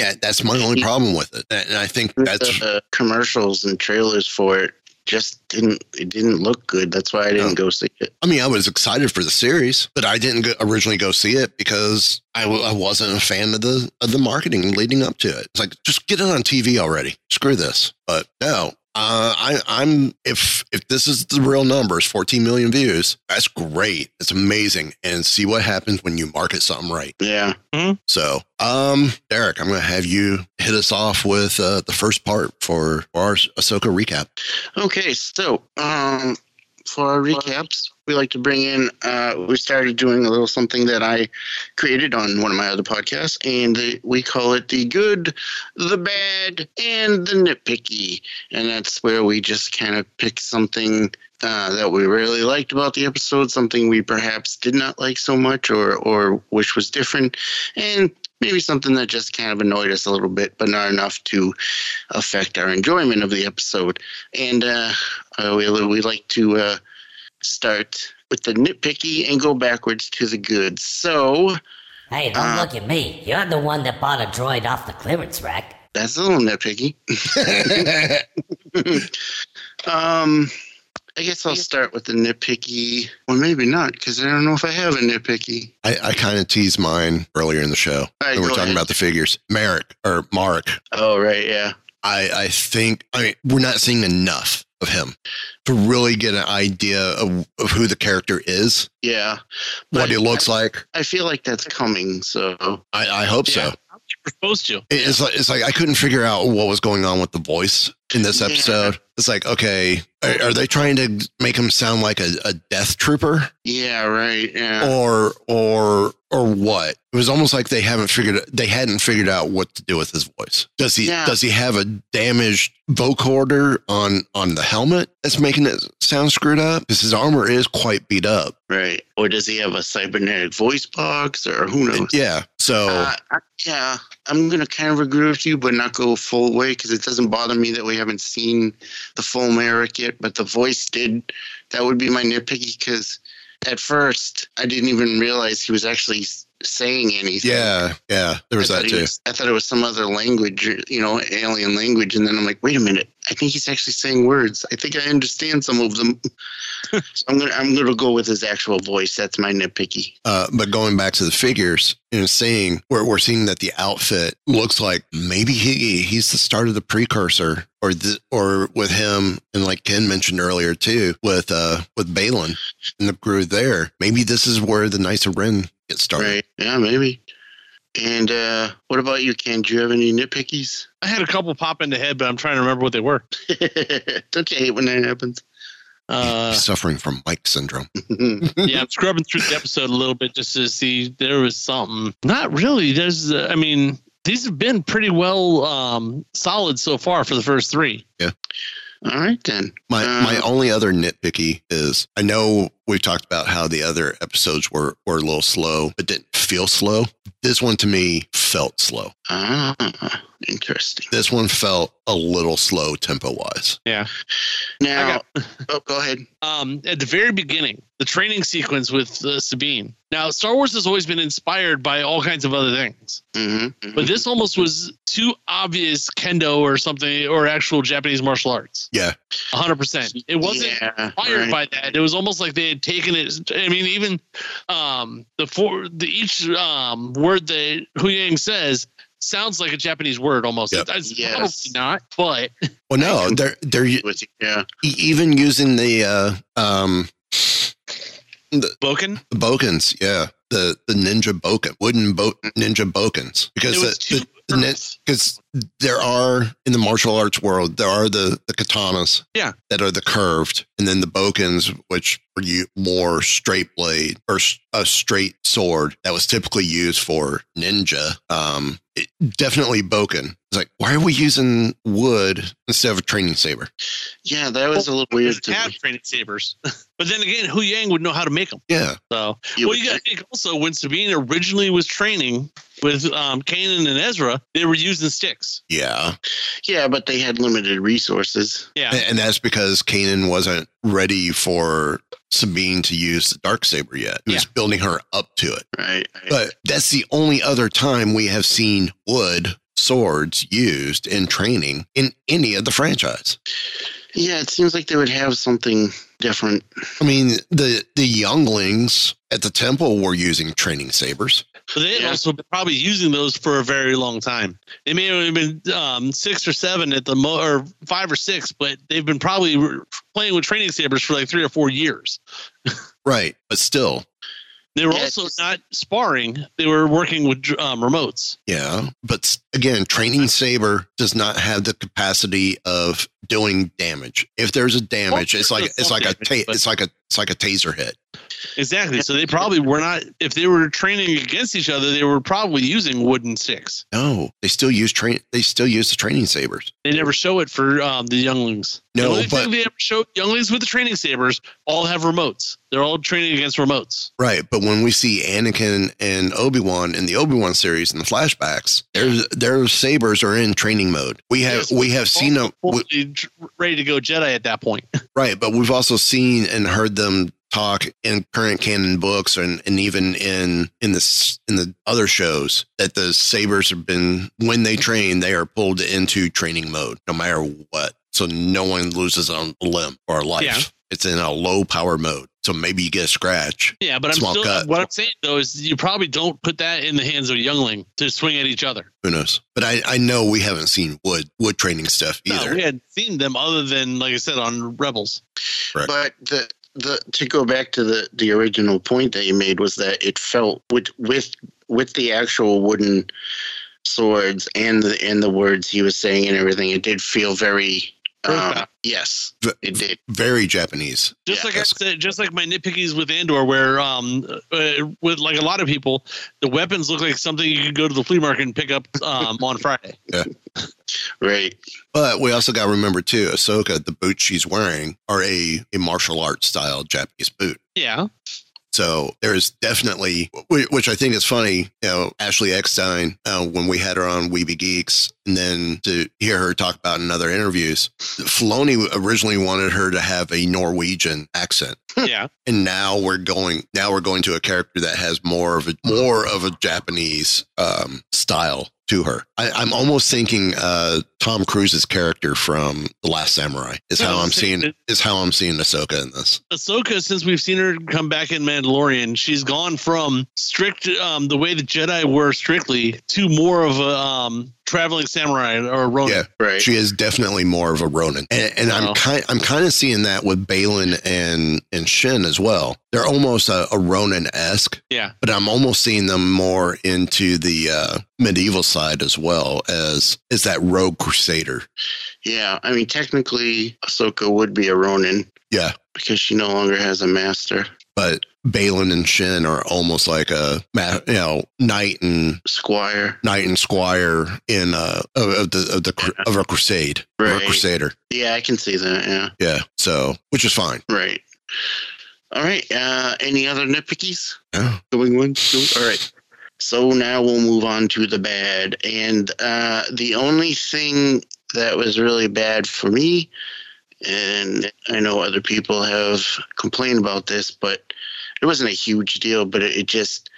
Speaker 5: Yeah, that's my only problem with it, and I think that's
Speaker 2: the commercials and trailers for it just didn't it didn't look good. That's why I didn't
Speaker 5: No.
Speaker 2: go see it.
Speaker 5: I mean, I was excited for the series, but I didn't go, originally go see it because I, w- I wasn't a fan of the of the marketing leading up to it. It's like just get it on TV already. Screw this. But no, uh, I, I'm if if this is the real numbers, 14 million views. That's great. It's amazing. And see what happens when you market something right.
Speaker 2: Yeah.
Speaker 5: So, um, Derek, I'm going to have you hit us off with uh, the first part for, for our Ahsoka recap.
Speaker 2: Okay, so um, for our recaps, we like to bring in. Uh, we started doing a little something that I created on one of my other podcasts, and the, we call it the good, the bad, and the nitpicky. And that's where we just kind of pick something uh, that we really liked about the episode, something we perhaps did not like so much, or or wish was different, and. Maybe something that just kind of annoyed us a little bit, but not enough to affect our enjoyment of the episode and uh, uh, we we like to uh, start with the nitpicky and go backwards to the good. So
Speaker 7: Hey, don't look at me. You're the one that bought a droid off the clearance rack.
Speaker 2: that's a little nitpicky. um, I guess I'll start with the nitpicky, or maybe not, because I don't know if I have a nitpicky.
Speaker 5: I, I kind of teased mine earlier in the show.
Speaker 2: right,
Speaker 5: we were
Speaker 2: go
Speaker 5: talking
Speaker 2: ahead.
Speaker 5: about the figures. Merrick or Mark.
Speaker 2: Oh right, yeah,
Speaker 5: I, I think I mean, we're not seeing enough of him to really get an idea of, of who the character is,
Speaker 2: yeah.
Speaker 5: what
Speaker 2: But
Speaker 5: he looks like.
Speaker 2: I feel like that's coming. So
Speaker 5: I, I hope so.
Speaker 6: Yeah. you're supposed to.
Speaker 5: It- It's like, it's like I couldn't figure out what was going on with the voice in this
Speaker 2: Yeah.
Speaker 5: episode. It's like, okay, are, are they trying to make him sound like a, a death trooper
Speaker 2: yeah, right, yeah,
Speaker 5: or or or what? It was almost like they haven't figured they hadn't figured out what to do with his voice. Does he
Speaker 2: Yeah.
Speaker 5: does he have a damaged vocorder on on the helmet that's making it sound screwed up? Because his armor is quite beat up.
Speaker 2: right. Or does he have a cybernetic voice box, or who knows?
Speaker 5: Yeah. So
Speaker 2: Uh, I- yeah, I'm gonna kind of agree with you, but not go full way because it doesn't bother me that we haven't seen the full Merrick yet. But the voice did. That would be my nitpicky because at first I didn't even realize he was actually s- saying anything.
Speaker 5: yeah, yeah. There was
Speaker 2: I thought
Speaker 5: that
Speaker 2: he
Speaker 5: too.
Speaker 2: was- I thought it was some other language, you know, alien language, and then I'm like, wait a minute, I think he's actually saying words. I think I understand some of them. so I'm gonna I'm gonna go with his actual voice. That's my nitpicky.
Speaker 5: Uh, but going back to the figures and seeing we're, we're seeing that the outfit looks like maybe he he's the start of the precursor or the, or with him and like Ken mentioned earlier too with uh with Balin and the crew there maybe this is where the Knights of Ren get started.
Speaker 2: Right. Yeah, maybe. And uh, what about you, Ken? Do you have any nitpickies?
Speaker 6: I had a couple pop into head, but I'm trying to remember what they were.
Speaker 2: Don't you hate when that happens?
Speaker 5: He's
Speaker 6: Uh,
Speaker 5: Suffering from Mike syndrome.
Speaker 6: yeah, I'm scrubbing through the episode a little bit just to see there was something. Not really. There's, uh, I mean, these have been pretty well um, solid so far for the first three.
Speaker 2: All right, then.
Speaker 5: My
Speaker 2: Uh,
Speaker 5: my only other nitpicky is I know we talked about how the other episodes were, were a little slow, but didn't feel slow. This one to me felt slow.
Speaker 2: Ah, interesting.
Speaker 5: This one felt a little slow tempo wise.
Speaker 2: Now, oh, go ahead.
Speaker 6: um, at the very beginning, the training sequence with uh, Sabine. Now, Star Wars has always been inspired by all kinds of other things,
Speaker 2: Mm-hmm.
Speaker 6: but this almost was too obvious kendo or something or actual Japanese martial arts.
Speaker 5: Yeah.
Speaker 6: 100%. It wasn't
Speaker 2: yeah,
Speaker 6: inspired
Speaker 2: right.
Speaker 6: by that. It was almost like they had taken it. I mean, even um, the four, the each um, word that Hu Yang says sounds like a Japanese word almost.
Speaker 5: Yep.
Speaker 6: It's
Speaker 2: Yes.
Speaker 6: probably not, but
Speaker 5: Well, no,
Speaker 2: can-
Speaker 5: they're they're e-
Speaker 2: with you. Yeah.
Speaker 5: even using the uh, um,
Speaker 6: Boken.
Speaker 5: the bokens. Yeah, the the ninja boken, wooden bo- ninja bokens,
Speaker 6: It
Speaker 5: because
Speaker 6: was
Speaker 5: the,
Speaker 6: too.
Speaker 5: the, the nin- because there are in the martial arts world there are the, the katanas
Speaker 6: Yeah.
Speaker 5: that are the curved and then the bokens which are you more straight blade or s- a straight sword that was typically used for ninja um it, definitely boken it's like why are we using wood instead of a training saber
Speaker 2: Yeah, that was a little weird to
Speaker 6: Doesn't have
Speaker 2: me.
Speaker 6: training sabers. But then again, Hu Yang would know how to make them.
Speaker 5: yeah
Speaker 6: So,
Speaker 2: You
Speaker 6: well,
Speaker 2: would
Speaker 6: you got to think also when Sabine originally was training with um, Kanan and Ezra, they were using sticks.
Speaker 5: yeah
Speaker 2: think- yeah, but they had limited resources.
Speaker 6: Yeah.
Speaker 5: and, and that's because kanan wasn't ready for sabine to use the dark saber yet he was building her up to it
Speaker 2: Right.
Speaker 5: But that's the only other time we have seen wood swords used in training in any of the franchise.
Speaker 2: yeah, it seems like they would have something different.
Speaker 5: I mean, the the younglings at the temple were using training sabers.
Speaker 6: But they had
Speaker 2: Yeah.
Speaker 6: also been probably using those for a very long time. They may have only been um, six or seven at the mo, or five or six, but they've been probably re- playing with training sabers for like three or four years.
Speaker 5: Right, but still,
Speaker 6: They were
Speaker 2: Yeah,
Speaker 6: also
Speaker 2: it's-
Speaker 6: not sparring; they were working with um, remotes.
Speaker 5: yeah. But s- again, training saber does not have the capacity of doing damage. If there's a damage,
Speaker 6: Well,
Speaker 5: it's
Speaker 6: sure,
Speaker 5: like
Speaker 6: there's
Speaker 5: it's
Speaker 6: some
Speaker 5: like a ta-
Speaker 6: damage, but-
Speaker 5: it's like a it's like a taser hit.
Speaker 6: Exactly. So they probably were not. If they were training against each other, they were probably using wooden sticks.
Speaker 5: No, they still use train. They still use the training sabers.
Speaker 6: They never show it for um, the younglings.
Speaker 5: No,
Speaker 6: the only
Speaker 5: but-
Speaker 6: thing they ever show younglings with the training sabers all have remotes. They're all training against remotes.
Speaker 5: Right, but when we see Anakin and Obi Wan in the Obi Wan series and the flashbacks, their their sabers are in training mode. We have
Speaker 6: Yes.
Speaker 5: we have seen them, we-
Speaker 6: Fully tr- ready to go Jedi at that point.
Speaker 5: right, but we've also seen and heard them talk in current canon books and, and even in in this in the other shows that the sabers have been when they train they are pulled into training mode no matter what. So no one loses on a limb or a life.
Speaker 6: Yeah.
Speaker 5: It's in a low power mode. So maybe you get a scratch.
Speaker 6: Yeah, but I'm
Speaker 5: Small
Speaker 6: still.
Speaker 5: cut.
Speaker 6: What I'm saying though is you probably don't put that in the hands of a youngling to swing at each other.
Speaker 5: Who knows? But I, I know we haven't seen wood wood training stuff either.
Speaker 6: No, we hadn't seen them other than like I said on Rebels.
Speaker 2: But the the to go back to the the original point that you made was that it felt with with with the actual wooden swords and the and the words he was saying and everything, it did feel very. Um,
Speaker 6: Brokeback.
Speaker 2: yes,
Speaker 5: V-
Speaker 2: it did.
Speaker 5: Very Japanese.
Speaker 6: Just
Speaker 2: Yeah,
Speaker 6: like I
Speaker 5: that's-
Speaker 6: said, just like my nitpickies with Andor, where um, uh, with like a lot of people, the weapons look like something you could go to the flea market and pick up um, on Friday.
Speaker 2: Right.
Speaker 5: But we also got to remember too, Ahsoka, the boots she's wearing are a, a martial arts style Japanese boot.
Speaker 6: Yeah,
Speaker 5: So there is definitely, wh- which I think is funny, you know, Ashley Eckstein, uh, when we had her on Weeby Geeks, and then to hear her talk about in other interviews, Filoni originally wanted her to have a Norwegian accent.
Speaker 6: yeah.
Speaker 5: and now we're going now we're going to a character that has more of a more of a Japanese um, style to her. I, I'm almost thinking uh, Tom Cruise's character from The Last Samurai is how I'm seeing is how I'm seeing Ahsoka in this.
Speaker 6: Ahsoka, since we've seen her come back in Mandalorian, she's gone from strict, um, the way the Jedi were strictly, to more of a um, traveling samurai or Ronin.
Speaker 5: Yeah.
Speaker 2: Right.
Speaker 5: She is definitely more of a Ronin, and, and
Speaker 6: Wow.
Speaker 5: I'm kind I'm kind of seeing that with Balin and and Shin as well. They're almost a, a Ronin esque,
Speaker 6: Yeah.
Speaker 5: but I'm almost seeing them more into the uh, medieval side as well as is that rogue crusader.
Speaker 2: Yeah, I mean, technically, Ahsoka would be a Ronin.
Speaker 5: Yeah.
Speaker 2: Because she no longer has a master.
Speaker 5: but Balin and Shin are almost like a ma- you know knight and
Speaker 2: Squire.
Speaker 5: knight and squire in uh of, of the of the cru- of a crusade or a
Speaker 2: Right.
Speaker 5: crusader
Speaker 2: Yeah, I can see that. Yeah.
Speaker 5: yeah so which is fine
Speaker 2: Right. All right. Uh, any other nitpickies?
Speaker 5: No.
Speaker 2: Going once. Going, all right. So now we'll move on to the bad. And uh, the only thing that was really bad for me, and I know other people have complained about this, but it wasn't a huge deal, but it, it just.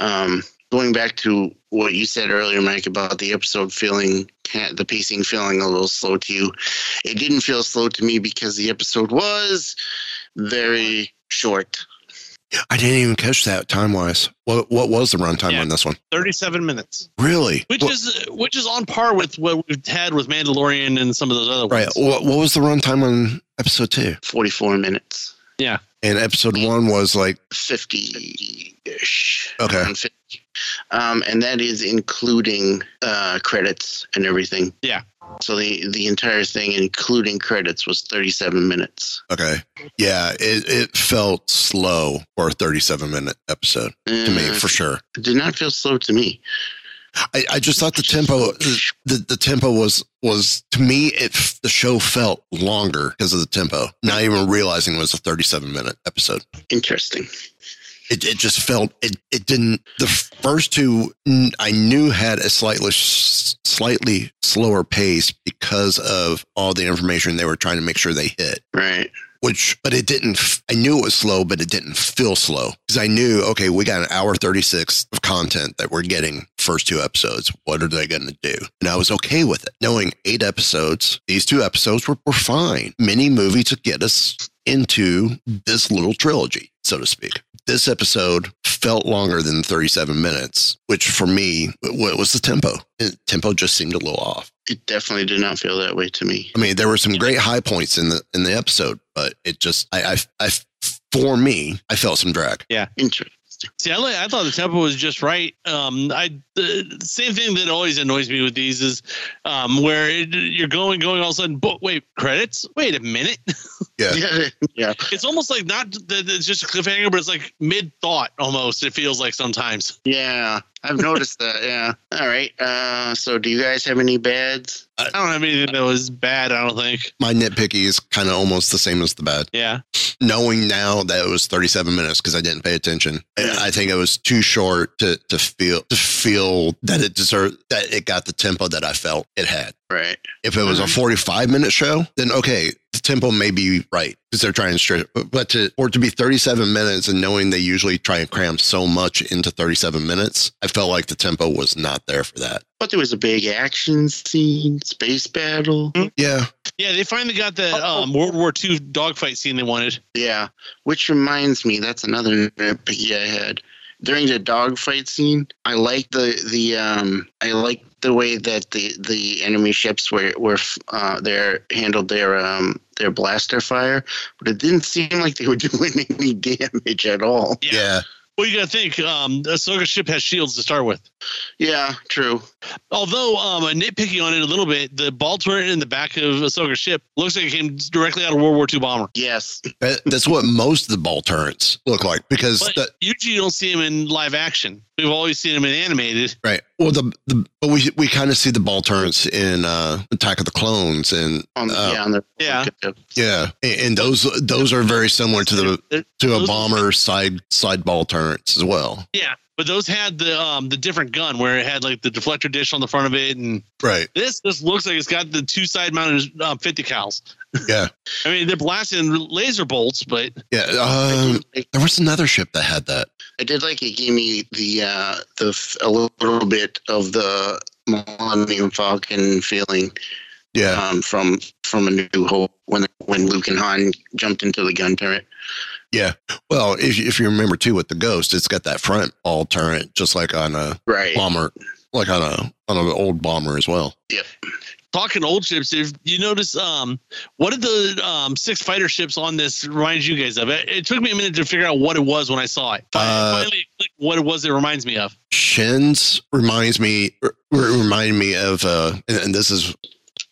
Speaker 2: Um, Going back to what you said earlier, Mike, about the episode feeling, ca- the pacing feeling a little slow to you, it didn't feel slow to me because the episode was very short.
Speaker 5: I didn't even catch that time wise. What what was the runtime
Speaker 6: Yeah.
Speaker 5: on this one?
Speaker 6: 37 minutes,
Speaker 5: Really?
Speaker 6: which
Speaker 5: What-
Speaker 6: is which is on par with what we've had with Mandalorian and some of those other ones.
Speaker 5: right. What, what was the runtime on episode two?
Speaker 2: 44 minutes,
Speaker 5: And episode one was like
Speaker 2: 50 ish.
Speaker 5: Okay.
Speaker 2: Um, and that is including uh, credits and everything.
Speaker 6: Yeah.
Speaker 2: So the, the entire thing, including credits, was 37 minutes.
Speaker 5: okay, yeah. It it felt slow for a thirty seven minute episode to me
Speaker 2: Uh,
Speaker 5: for sure.
Speaker 2: it did not feel slow to me.
Speaker 5: I, I just thought the tempo the, the tempo was was to me it f- the show felt longer because of the tempo. Not even realizing it was a thirty seven minute episode.
Speaker 2: Interesting.
Speaker 5: it, it just felt it, it didn't the first two mm, i knew had a slightly slightly slower pace because of all the information they were trying to make sure they hit
Speaker 2: Right.
Speaker 5: which but it didn't f- i knew it was slow but it didn't feel slow because i knew okay we got an hour 36 of content that we're getting first two episodes what are they going to do and i was okay with it knowing eight episodes these two episodes were, were fine mini movie to get us into this little trilogy so to speak this episode felt longer than 37 minutes which for me what was the tempo Uh, tempo just seemed a little off
Speaker 2: It definitely did not feel that way to me.
Speaker 5: I mean, there were some great high points in the in the episode, but it just I I, I for me, I felt some drag.
Speaker 2: Interesting.
Speaker 6: See, I, li- I thought the tempo was just right. Um, I the the same thing that always annoys me with these is um, where it, you're going, going, all of a sudden, but wait, credits? Wait a minute!
Speaker 2: Yeah. yeah.
Speaker 6: It's almost like not that it's just a cliffhanger, but it's like mid thought almost. It feels like sometimes.
Speaker 2: Yeah. I've noticed that. Yeah. All right. Uh, so do you guys have any bads?
Speaker 6: I don't have anything that was bad. I don't think.
Speaker 5: My nitpicky is kind of almost the same as the bad.
Speaker 6: Yeah,
Speaker 5: Knowing now that it was 37 minutes because I didn't pay attention, and I think it was too short to to feel to feel that it deserved that it got the tempo that I felt it had.
Speaker 2: Right.
Speaker 5: If it was a
Speaker 6: Mm-hmm.
Speaker 5: 45 minute show, then okay, the tempo may be right because they're trying to stretch, but to, for it to be 37 minutes and knowing they usually try and cram so much into 37 minutes, I felt like the tempo was not there for that.
Speaker 2: But there was a big action scene, space battle.
Speaker 5: Yeah.
Speaker 6: yeah. They finally got the um, World War II dogfight scene they wanted.
Speaker 2: Yeah, which reminds me, that's another nitpicky I had during the dogfight scene. I like the the um, I like the way that the the enemy ships were were uh, their handled their um their blaster fire, but it didn't seem like they were doing any damage at all.
Speaker 5: Yeah.
Speaker 6: Well, you got to think. Um, Ahsoka's ship has shields to start with.
Speaker 2: Yeah, true.
Speaker 6: Although um, a nitpicky on it a little bit, the ball turret in the back of Ahsoka's ship looks like it came directly out of World War II bomber.
Speaker 2: Yes,
Speaker 5: That- that's what most of the ball turrets look like because
Speaker 6: But
Speaker 5: the,
Speaker 6: usually you don't see him in live action. We've always seen him in animated.
Speaker 5: right. Well, the, the but we we kind of see the ball turrets in uh, Attack of the Clones and
Speaker 2: on
Speaker 5: uh,
Speaker 2: yeah on the
Speaker 6: Yeah.
Speaker 5: yeah, and, and those those are very similar to the
Speaker 6: They're-
Speaker 5: to a
Speaker 6: those-
Speaker 5: bomber side side ball turrets as well.
Speaker 6: Yeah. But those had the um, the different gun where it had like the deflector dish on the front of it, and
Speaker 5: Right.
Speaker 6: this just looks like it's got the two side mounted um, fifty cals.
Speaker 5: Yeah.
Speaker 6: I mean they're blasting laser bolts, but
Speaker 5: Yeah. Um,
Speaker 2: I,
Speaker 5: there was another ship that had that.
Speaker 2: I did like it gave me the uh the f- a little bit of the Millennium Falcon feeling.
Speaker 5: Yeah.
Speaker 2: um, from from A New Hope when when Luke and Han jumped into the gun turret.
Speaker 5: Well, if, if you remember too, with the Ghost, it's got that front ball turret, just like on a
Speaker 2: Right.
Speaker 5: bomber, like on a on an old bomber as well.
Speaker 6: talking old ships, if you notice, um, what did the um, six fighter ships on this remind you guys of? It, it took me a minute to figure out what it was when I saw it. Fin-
Speaker 5: Uh,
Speaker 6: Finally, clicked what it was it reminds me of.
Speaker 5: Shins reminds me r- r- remind me of uh, and, and this is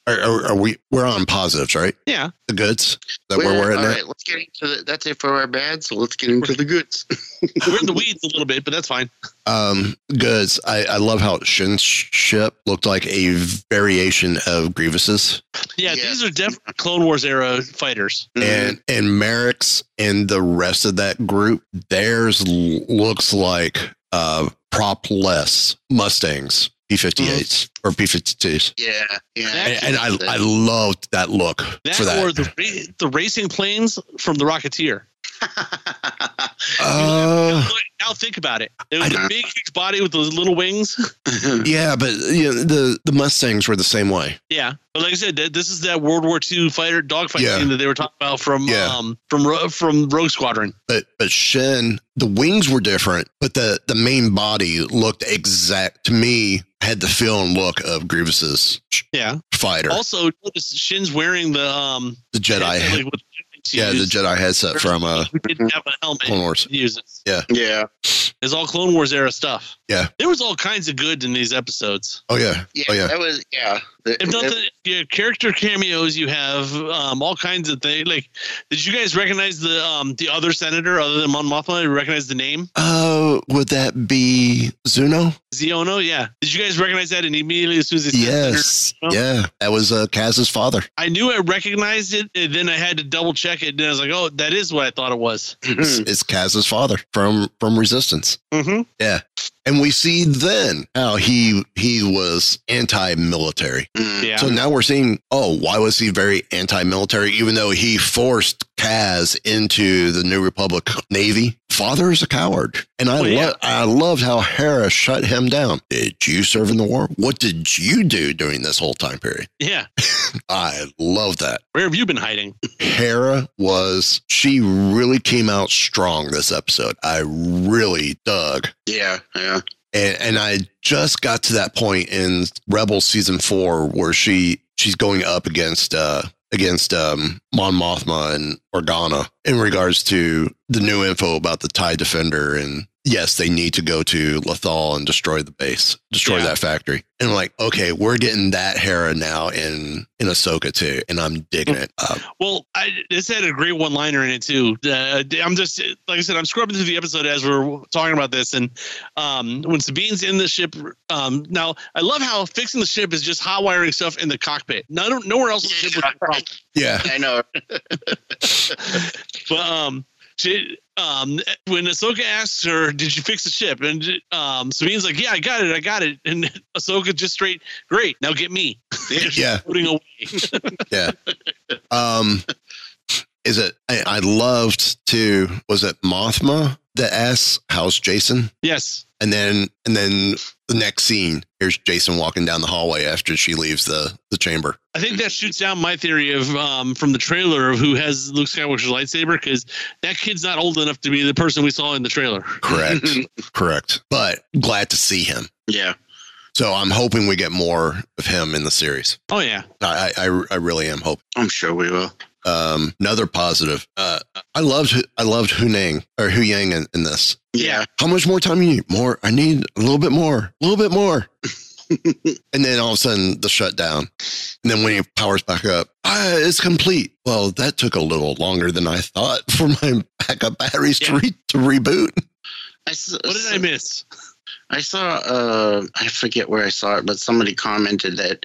Speaker 5: Are, are, are we? We're on positives, right?
Speaker 6: Yeah.
Speaker 5: The goods that where we're at
Speaker 2: all
Speaker 5: now.
Speaker 2: right, let's get into the, that's it for our bad. So let's get into the goods.
Speaker 6: We're in the weeds a little bit, but that's fine.
Speaker 5: Um, goods. I, I love how Shinship looked like a variation of Grievous's
Speaker 6: Yeah,
Speaker 2: Yeah.
Speaker 6: these are definitely Clone Wars era fighters.
Speaker 5: and and Merrick's and the rest of that group. Theirs l- looks like uh propless Mustangs, P58s or P52s.
Speaker 2: yeah, yeah.
Speaker 6: Mm-hmm. That-
Speaker 5: And, and I I loved that look
Speaker 6: That,
Speaker 5: for that.
Speaker 6: or the ra- the racing planes from the Rocketeer.
Speaker 5: Uh,
Speaker 6: Now think about it. It was
Speaker 2: I-
Speaker 6: a big, huge body with those little wings.
Speaker 5: yeah, but you know, the the Mustangs were the same way.
Speaker 6: yeah, but like I said, that, this is that World War II fighter dogfight
Speaker 5: Yeah.
Speaker 6: scene that they were talking about from
Speaker 5: Yeah.
Speaker 6: um from Ro- from Rogue Squadron.
Speaker 5: But but Shin, the wings were different, but the the main body looked exact to me had the feel and look of Grievous's
Speaker 6: Yeah.
Speaker 5: fighter,
Speaker 6: Also, notice Shin's wearing the um
Speaker 5: the Jedi.
Speaker 6: headset, like, with-
Speaker 5: yeah, the Jedi headset from uh,
Speaker 6: He didn't have a helmet.
Speaker 5: Clone Wars.
Speaker 6: He uses.
Speaker 2: yeah,
Speaker 6: It's all Clone Wars era stuff.
Speaker 5: Yeah.
Speaker 6: There was all kinds of good in these episodes.
Speaker 5: Oh yeah,
Speaker 2: yeah,
Speaker 5: oh yeah.
Speaker 2: That was yeah. The-
Speaker 6: If nothing, you have character cameos. You have um, all kinds of things. Like, did you guys recognize the um, the other senator other than Mon Mothma? You recognize the name
Speaker 5: Oh, would that be Zuno?
Speaker 6: Ziono? Yeah. Did you guys recognize that? And immediately as soon as it said senator,
Speaker 5: Yes, yeah. That was uh, Kaz's father.
Speaker 6: I knew I recognized it. And then I had to double check it. And I was like, oh, that is what I thought it was.
Speaker 5: It's, it's Kaz's father from from Resistance.
Speaker 6: Mm-hmm.
Speaker 5: And we see then how he he was anti-military.
Speaker 2: Mm,
Speaker 6: Yeah.
Speaker 5: So now we're seeing, oh, why was he very anti-military? Even though he forced Kaz into the New Republic Navy. Father is a coward, and I
Speaker 6: Well, yeah.
Speaker 5: lo- I loved how Hera shut him down. Did you serve in the war? What did you do during this whole time period?
Speaker 6: Yeah.
Speaker 5: I love that.
Speaker 6: Where have you been hiding?
Speaker 5: Hera was she really came out strong this episode. I really dug
Speaker 2: yeah, yeah.
Speaker 5: and, and I just got to that point in Rebel season four where she she's going up against uh against um Mon Mothma and Organa in regards to the new info about the Tie Defender and yes they need to go to Lethal and destroy the base destroy
Speaker 6: Yeah.
Speaker 5: that factory and I'm like okay we're getting that Hera now in in Ahsoka too and I'm digging it up
Speaker 6: Well, I, this had a great one-liner in it too. Uh, I'm just like I said, I'm scrubbing through the episode as we're talking about this, and um, when Sabine's in the ship, um, now I love how fixing the ship is just hot wiring stuff in the cockpit. None, nowhere else in the ship was a problem.
Speaker 5: yeah
Speaker 2: I know.
Speaker 6: But um, she, um, when Ahsoka asks her, "Did you fix the ship?" and um, Sabine's like, "Yeah, I got it, I got it," and Ahsoka just straight, "Great, now get me."
Speaker 5: yeah
Speaker 6: Putting away.
Speaker 5: Um, is it? I, I loved to. Was it Mothma that asks, "How's Jason?"
Speaker 6: Yes.
Speaker 5: And then, and then the next scene, here's Jason walking down the hallway after she leaves the the chamber.
Speaker 6: I think that shoots down my theory of um, from the trailer of who has Luke Skywalker's lightsaber because that kid's not old enough to be the person we saw in the trailer.
Speaker 5: Correct, correct. But glad to see him.
Speaker 2: yeah,
Speaker 5: So I'm hoping we get more of him in the series.
Speaker 6: Oh yeah,
Speaker 5: I I, I- I really am hoping.
Speaker 2: I'm sure we will.
Speaker 5: Um, another positive. Uh, I loved I loved Hu Nang or Hu Yang in, in this.
Speaker 2: Yeah,
Speaker 5: how much more time you need? More. I need a little bit more, a little bit more. and then all of a sudden the shutdown. And then when he powers back up, ah, it's complete. Well, that took a little longer than I thought for my backup batteries to,
Speaker 6: Yeah.
Speaker 5: re- to reboot.
Speaker 2: I s-
Speaker 6: what did I miss?
Speaker 2: I saw, uh, I forget where I saw it, but somebody commented that,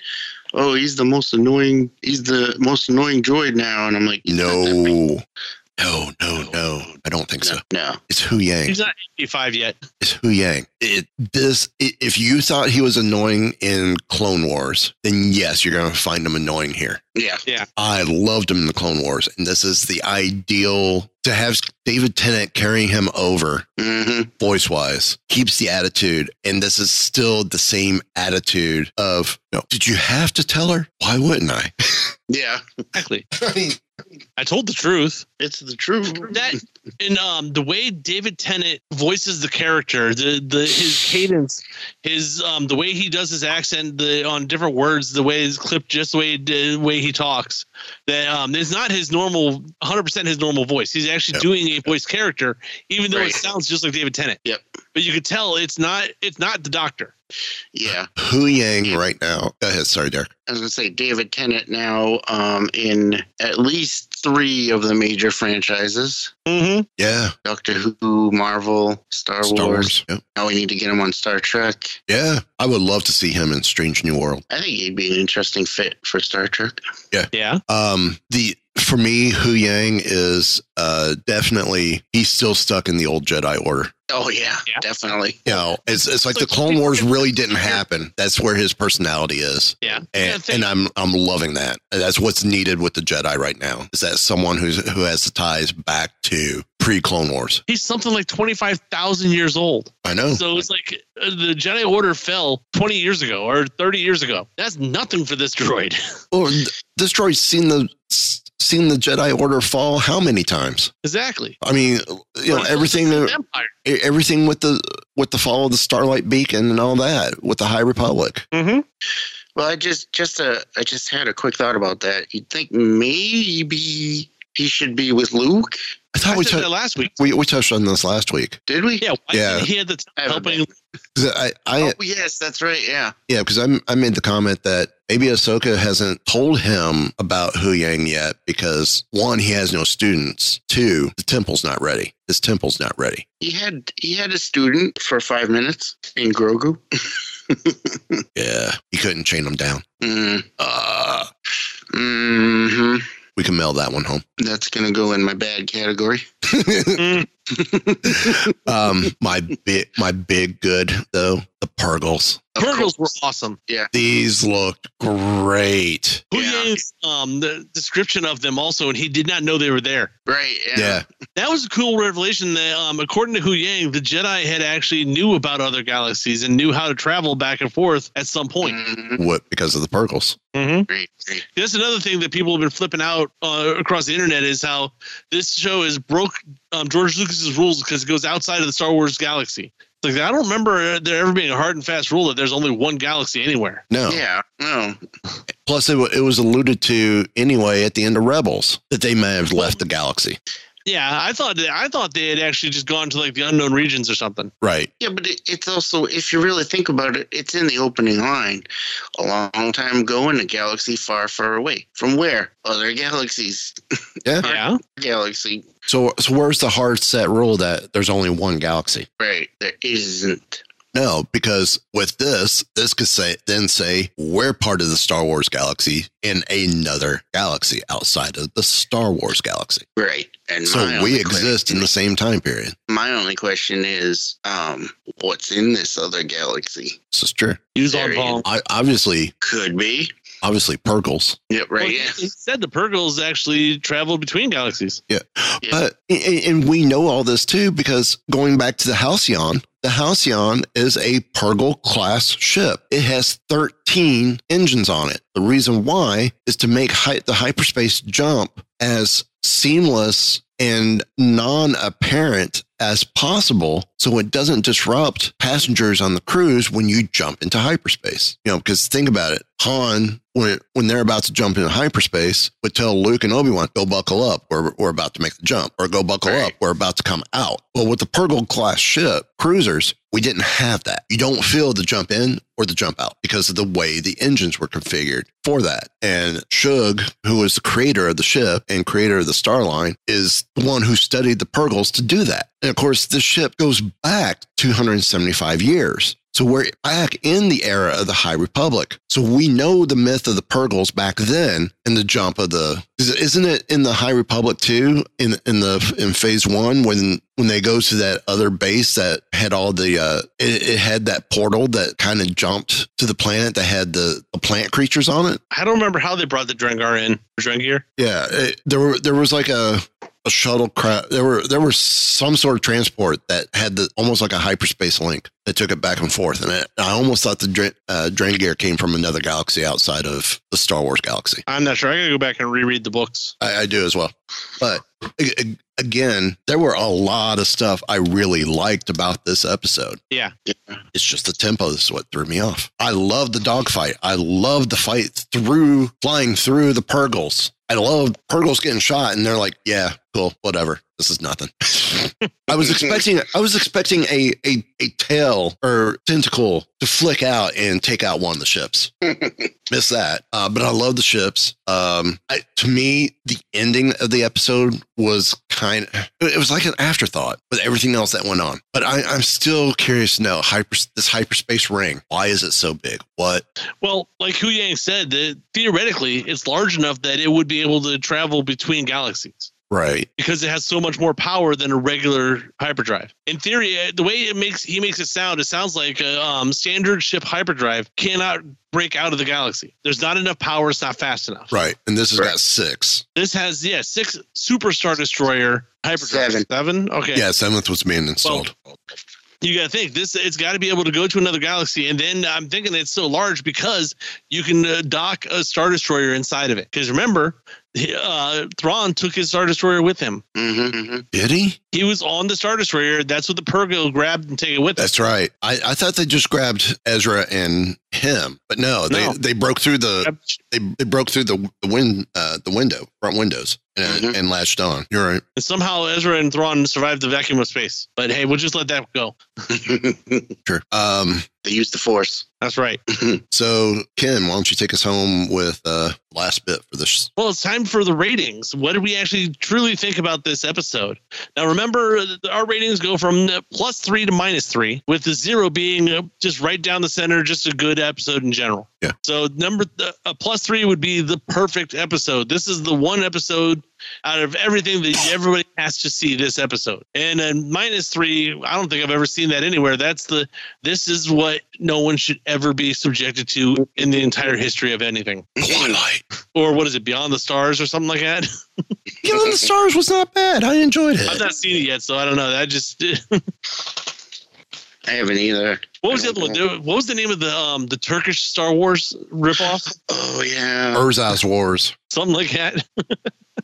Speaker 2: oh, he's the most annoying, he's the most annoying droid now. And I'm like,
Speaker 5: No, no, no, no. I don't think
Speaker 2: no,
Speaker 5: so.
Speaker 2: no.
Speaker 5: It's Hu Yang.
Speaker 6: He's not eighty-five yet.
Speaker 5: It's Hu Yang. It, this, i if you thought he was annoying in Clone Wars, then yes, you're going to find him annoying here.
Speaker 2: Yeah.
Speaker 5: I loved him in the Clone Wars, and this is the ideal to have David Tennant carrying him over
Speaker 2: Mm-hmm.
Speaker 5: voice wise. Keeps the attitude, and this is still the same attitude of, no, did you have to tell her? Why wouldn't I?
Speaker 2: Yeah.
Speaker 6: Exactly. I told the truth.
Speaker 2: It's the truth.
Speaker 6: That and um, the way David Tennant voices the character, the the his cadence, his um, the way he does his accent, the on different words, the way his clip, just the way the way he talks, that um, it's not his normal, hundred percent his normal voice. He's actually
Speaker 5: Yep.
Speaker 6: doing a voice character, even though
Speaker 2: Right.
Speaker 6: it sounds just like David Tennant.
Speaker 2: Yep.
Speaker 6: But you could tell it's not it's not the Doctor.
Speaker 2: Yeah.
Speaker 5: Hu Yang right now. Go ahead. Sorry, Derek.
Speaker 2: I was gonna say David Tennant now um, in at least three of the major franchises:
Speaker 6: Mm-hmm.
Speaker 5: Yeah.
Speaker 2: Doctor Who, Marvel, Star,
Speaker 5: Star
Speaker 2: Wars.
Speaker 5: Wars. Yep.
Speaker 2: Now we need to get him on Star Trek.
Speaker 5: Yeah. I would love to see him in Strange New World.
Speaker 2: I think he'd be an interesting fit for Star Trek.
Speaker 6: Yeah.
Speaker 5: Um, the for me, Hu Yang is uh definitely he's still stuck in the old Jedi Order.
Speaker 2: Oh yeah,
Speaker 6: Yeah.
Speaker 2: definitely.
Speaker 5: You know, it's it's like the Clone Wars really didn't happen. That's where his personality is,
Speaker 6: Yeah. Yeah, I
Speaker 5: and,
Speaker 6: think-
Speaker 5: and I'm I'm loving that. That's what's needed with the Jedi right now. Is that someone who's who has the ties back to pre Clone Wars?
Speaker 6: He's something like twenty five thousand years old.
Speaker 5: I know.
Speaker 6: So it's like uh, the Jedi Order fell 20 years ago or 30 years ago. That's nothing for this droid.
Speaker 5: Or th- this droid's seen the seen the Jedi Order fall how many times?
Speaker 6: exactly.
Speaker 5: I mean, you know
Speaker 6: Right.
Speaker 5: everything e,
Speaker 6: The Empire.
Speaker 5: everything with the with the fall of the Starlight Beacon and all that with the High Republic.
Speaker 2: Well, I just just uh, I just had a quick thought about that. You'd think maybe he should be with Luke,
Speaker 5: I thought
Speaker 6: I
Speaker 5: we,
Speaker 6: said
Speaker 5: tou-
Speaker 6: that last week.
Speaker 5: we we touched on this last week.
Speaker 2: did we?
Speaker 6: Yeah, why
Speaker 5: Yeah.
Speaker 6: didn't he had the time
Speaker 2: I haven't
Speaker 6: helping.
Speaker 5: I, I
Speaker 2: Oh yes, that's right. Yeah.
Speaker 5: Yeah, because I'm I made the comment that maybe Ahsoka hasn't told him about Hu Yang yet because one, he has no students. Two, the temple's not ready. His temple's not ready.
Speaker 2: He had he had a student for five minutes in Grogu.
Speaker 5: Yeah, he couldn't chain them down.
Speaker 2: Mm.
Speaker 5: Uh,
Speaker 2: hmm
Speaker 5: we can mail that one home.
Speaker 2: That's gonna go in my bad category.
Speaker 5: um, my big my big good though the Purgles.
Speaker 2: Of
Speaker 6: Purgles were
Speaker 2: course.
Speaker 6: awesome.
Speaker 5: These looked great.
Speaker 6: Who
Speaker 2: Yeah.
Speaker 6: is um, the description of them also, and he did not know they were there.
Speaker 2: Right. Yeah.
Speaker 5: Yeah,
Speaker 6: That was a cool revelation that, um, according to Hu Yang, the Jedi had actually knew about other galaxies and knew how to travel back and forth at some point.
Speaker 2: Mhm.
Speaker 5: what because of the Purgles?
Speaker 6: Mm-hmm.
Speaker 2: Great, great.
Speaker 6: That's another thing that people have been flipping out uh, across the internet is how this show has broke um, George Lucas's rules because it goes outside of the Star Wars galaxy. Like I don't remember there ever being a hard and fast rule that there's only one galaxy anywhere.
Speaker 5: No,
Speaker 2: Yeah. No.
Speaker 5: Plus, it, wa- it was alluded to anyway at the end of Rebels that they may have left the galaxy.
Speaker 6: Yeah, I thought that, I thought they had actually just gone to like the unknown regions or something.
Speaker 5: Right.
Speaker 2: Yeah, but it, it's also, if you really think about it, it's in the opening line. A long time ago in a galaxy far, far away. From where? Other galaxies.
Speaker 5: Yeah.
Speaker 6: Yeah,
Speaker 2: Galaxy.
Speaker 5: So, so where's the hard set rule that there's only one galaxy?
Speaker 2: Right. There isn't.
Speaker 5: No, because with this, this could say then say we're part of the Star Wars galaxy in another galaxy outside of the Star Wars galaxy.
Speaker 2: Right. And my
Speaker 5: So
Speaker 2: only
Speaker 5: we
Speaker 2: que-
Speaker 5: exist in the same time period.
Speaker 2: My only question is, um, what's in this other galaxy?
Speaker 5: This is true.
Speaker 6: use
Speaker 2: There
Speaker 6: on
Speaker 2: he
Speaker 6: Paul.
Speaker 5: I, obviously,
Speaker 2: Could be.
Speaker 5: obviously, Purgles.
Speaker 2: Yep. Right.
Speaker 6: Well, he-
Speaker 2: yeah.
Speaker 6: he said the Purgles actually traveled between galaxies.
Speaker 2: Yeah.
Speaker 5: But and, and we know all this too because going back to the Halcyon, the Halcyon is a Purgle class ship. It has 13 engines on it. The reason why is to make hy- the hyperspace jump as seamless and non-apparent as possible so it doesn't disrupt passengers on the cruise when you jump into hyperspace you know because think about it han when when they're about to jump into hyperspace would tell luke and obi-wan go buckle up we're, we're about to make the jump or go buckle
Speaker 2: Right.
Speaker 5: up we're about to come out well with the purgle class ship cruisers we didn't have that you don't feel the jump in or the jump out because of the way the engines were configured for that. And Shug, who was the creator of the ship and creator of the Starline, is the one who studied the Purgles to do that. And of course, this ship goes back 275 years. So we're back in the era of the High Republic. So we know the myth of the Purgles back then and the jump of the is- isn't it in the High Republic too in in the in phase 1 when when they go to that other base that had all the uh it, it had that portal that kind of jumped to the planet that had the, the plant creatures on it.
Speaker 6: I don't remember how they brought the Drengar in. Drengir.
Speaker 5: Yeah, it, there were there was like a a shuttlecraft. There were there was some sort of transport that had the almost like a hyperspace link that took it back and forth, and it, I almost thought the dra- uh, drain gear came from another galaxy outside of the Star Wars galaxy.
Speaker 6: I'm not sure. I gotta go back and reread the books.
Speaker 5: I, I do as well, but a- a- again, there were a lot of stuff I really liked about this episode.
Speaker 6: Yeah.
Speaker 5: It's just the tempo is what threw me off. I love the dogfight. I love the fight through flying through the Purgles. I love Purgles getting shot, and they're like, "Yeah, cool, whatever. This is nothing." I was expecting, I was expecting a a a tail or tentacle to flick out and take out one of the ships. Miss that, uh, but I love the ships. Um, I, to me, the ending of the episode was kind. It was like an afterthought with everything else that went on. But I, I'm still curious to know hyper, this hyperspace ring. Why is it so big? What
Speaker 6: Well, like Hu Yang said, that theoretically it's large enough that it would be able to travel between galaxies
Speaker 5: right?
Speaker 6: because it has so much more power than a regular hyperdrive. In theory, uh, the way it makes he makes it sound, it sounds like a um, standard ship hyperdrive cannot break out of the galaxy. There's not enough power. It's not fast enough.
Speaker 5: Right, and this has got six.
Speaker 6: This has yeah six superstar destroyer hyperdrive
Speaker 2: Seven.
Speaker 6: seven okay
Speaker 5: Yeah, seventh was being installed.
Speaker 6: you got to think this it's got to be able to go to another galaxy and then i'm thinking it's so large because you can uh, dock a star destroyer inside of it because remember he- uh, Thrawn took his star destroyer with him
Speaker 2: Mm-hmm, mm-hmm.
Speaker 5: Did he?
Speaker 6: he was on the star destroyer that's what the Purgo grabbed and take it with him
Speaker 5: That's right. I, I thought they just grabbed Ezra and him, but no, they,
Speaker 6: No.
Speaker 5: they broke through the they, they broke through the the wind uh, the window front windows and,
Speaker 2: Mhm.
Speaker 5: and latched on. You're right.
Speaker 6: and somehow ezra and Thrawn survived the vacuum of space but hey we'll just let that go
Speaker 5: Sure. Um.
Speaker 2: mm-hmm. they use the force.
Speaker 6: that's right
Speaker 5: So Ken, why don't you take us home with uh last bit for this?
Speaker 6: Well, it's time for the ratings. What did we actually truly think about this episode? Now, remember, th- our ratings go from uh, plus three to minus three, with the zero being uh, just right down the center, just a good episode in general.
Speaker 5: Yeah.
Speaker 6: So, number th- a plus three would be the perfect episode. This is the one episode out of everything that everybody has to see this episode. And then minus three, I don't think I've ever seen that anywhere. That's the this is what no one should ever be subjected to in the entire history of anything
Speaker 5: Twilight.
Speaker 6: or what is it, Beyond the Stars or something like that?
Speaker 5: Get on the stars was not bad. I enjoyed
Speaker 6: I've
Speaker 5: it.
Speaker 6: not seen it yet, so I don't know. That just what
Speaker 2: I haven't either.
Speaker 6: was the other one? There- What was the name of the um the Turkish Star Wars ripoff?
Speaker 2: Oh yeah.
Speaker 5: Urza's Wars.
Speaker 6: Something like that.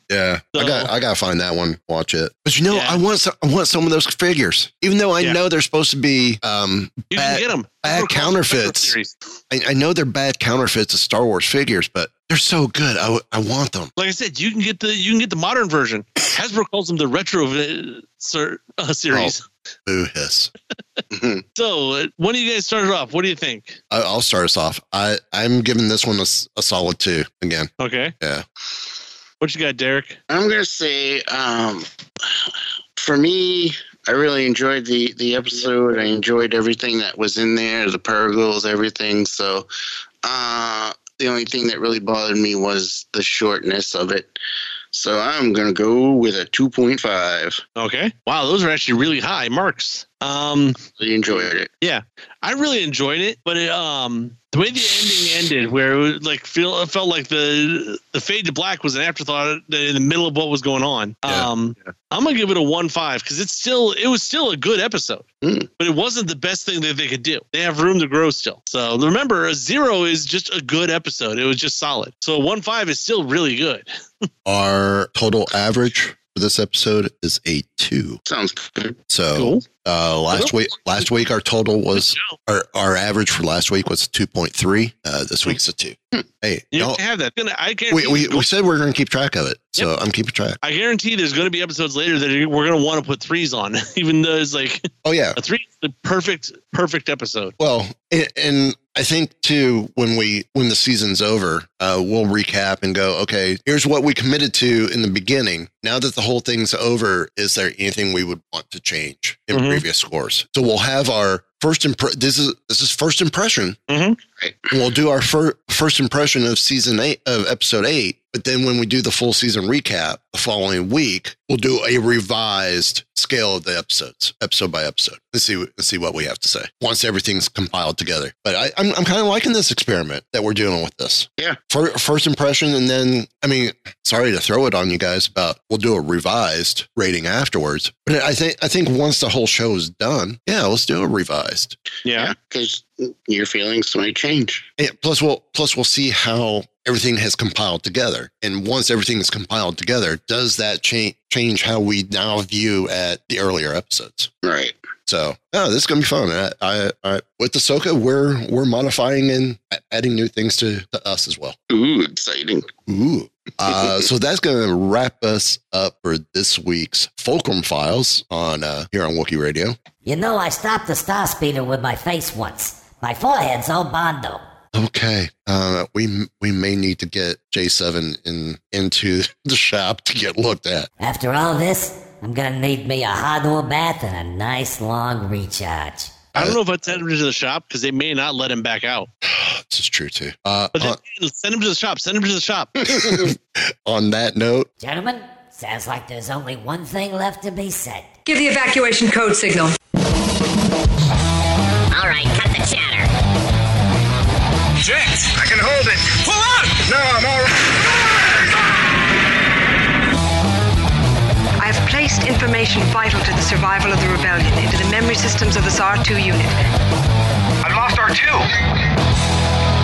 Speaker 5: Yeah, I got
Speaker 6: So-
Speaker 5: I got to find that one. Watch it. But you know,
Speaker 6: Yeah.
Speaker 5: I want some, I want some of those figures, even though I
Speaker 6: Yeah.
Speaker 5: know they're supposed to be um
Speaker 6: You
Speaker 5: bad,
Speaker 6: can get them.
Speaker 5: bad counterfeits. I, I know they're bad counterfeits of Star Wars figures, but they're so good. I, w- I want them.
Speaker 6: Like I said, you can get the you can get the modern version. Hasbro calls them the retro vi- ser- uh, series.
Speaker 5: Boo hiss.
Speaker 6: So, uh, when do you guys start it off? What do you think?
Speaker 5: I, I'll start us off. I, I'm giving this one a, s- a solid two again.
Speaker 6: Okay.
Speaker 5: Yeah.
Speaker 6: What you got, Derek?
Speaker 2: I'm gonna say, um, for me, I really enjoyed the the episode. I enjoyed everything that was in there, the pergolas, everything. So, uh, the only thing that really bothered me was the shortness of it. So I'm gonna go with a 2.5.
Speaker 6: Okay. Wow, those are actually really high marks. Um,
Speaker 2: Really enjoyed it.
Speaker 6: I really enjoyed it, but it, um, the way the ending ended, where it was, like feel it felt like the the fade to black was an afterthought in the middle of what was going on.
Speaker 5: Yeah.
Speaker 6: Um, I'm gonna give it a one five because it's still it was still a good episode,
Speaker 5: Hmm.
Speaker 2: Mm.
Speaker 6: but it wasn't the best thing that they could do. They have room to grow still. So remember, a zero is just a good episode. It was just solid. So one five is still really good.
Speaker 5: Our total average for this episode is a two.
Speaker 2: Sounds good.
Speaker 5: So uh, last week, last week our total was our, our average for last week was two point three. Uh, this week's a two. Hey,
Speaker 6: You
Speaker 5: y'all-
Speaker 6: can have that. Gonna- I can't.
Speaker 5: we, we, we said we are going to keep track of it, so I'm keeping track.
Speaker 6: I guarantee there's going to be episodes later that we're going to want to put threes on, even though it's like
Speaker 5: Oh yeah,
Speaker 6: A three, the perfect, perfect episode.
Speaker 5: Well, and, and I think too when we when the season's over, uh, we'll recap and go, okay, here's what we committed to in the beginning. Now that the whole thing's over, is there anything we would want to change in
Speaker 6: Mhm.
Speaker 5: previous scores? So we'll have our first impre- this is this is first impression.
Speaker 6: Mhm.
Speaker 2: Right.
Speaker 5: And we'll do our fir- first impression of season 8 of episode 8, but then when we do the full season recap the following week, we'll do a revised scale of the episodes, episode by episode, and see and see what we have to say once everything's compiled together. But I, I'm I'm kind of liking this experiment that we're doing with this.
Speaker 2: Yeah.
Speaker 5: fir- first impression, and then I mean, sorry to throw it on you guys, about we'll do a revised rating afterwards. But I think I think once the whole show is done, yeah, let's do a revised.
Speaker 2: Yeah, because your feelings may change.
Speaker 5: Yeah, plus we'll plus we'll see how everything has compiled together. And once everything is compiled together, does that change change how we now view at the earlier episodes?
Speaker 2: Right.
Speaker 5: So, oh, this is gonna be fun. I, I, I with Ahsoka, we're we're modifying and a- adding new things to, to us as well.
Speaker 2: Ooh, exciting.
Speaker 5: Ooh. Uh, so that's going to wrap us up for this week's Fulcrum Files on uh, here on Wookiee Radio.
Speaker 7: You know, I stopped a star speeder with my face once. My forehead's all bondo.
Speaker 5: Okay, uh, we we may need to get J seven in into the shop to get looked at.
Speaker 7: After all this, I'm gonna need me a hot oil bath and a nice long recharge.
Speaker 6: I don't know if I'd send him to the shop because they may not let him back out.
Speaker 5: This is true too. Uh,
Speaker 6: But
Speaker 5: on,
Speaker 6: then, send him to the shop. Send him to the shop.
Speaker 5: on that note,
Speaker 7: Gentlemen, sounds like there's only one thing left to be said.
Speaker 8: Give the evacuation code signal.
Speaker 9: All right, cut the chatter.
Speaker 10: Jinx, I can hold it. Pull up! No, I'm all right.
Speaker 8: I have placed information vital to the survival of the rebellion into the memory systems of this R2 unit.
Speaker 10: I've lost R2.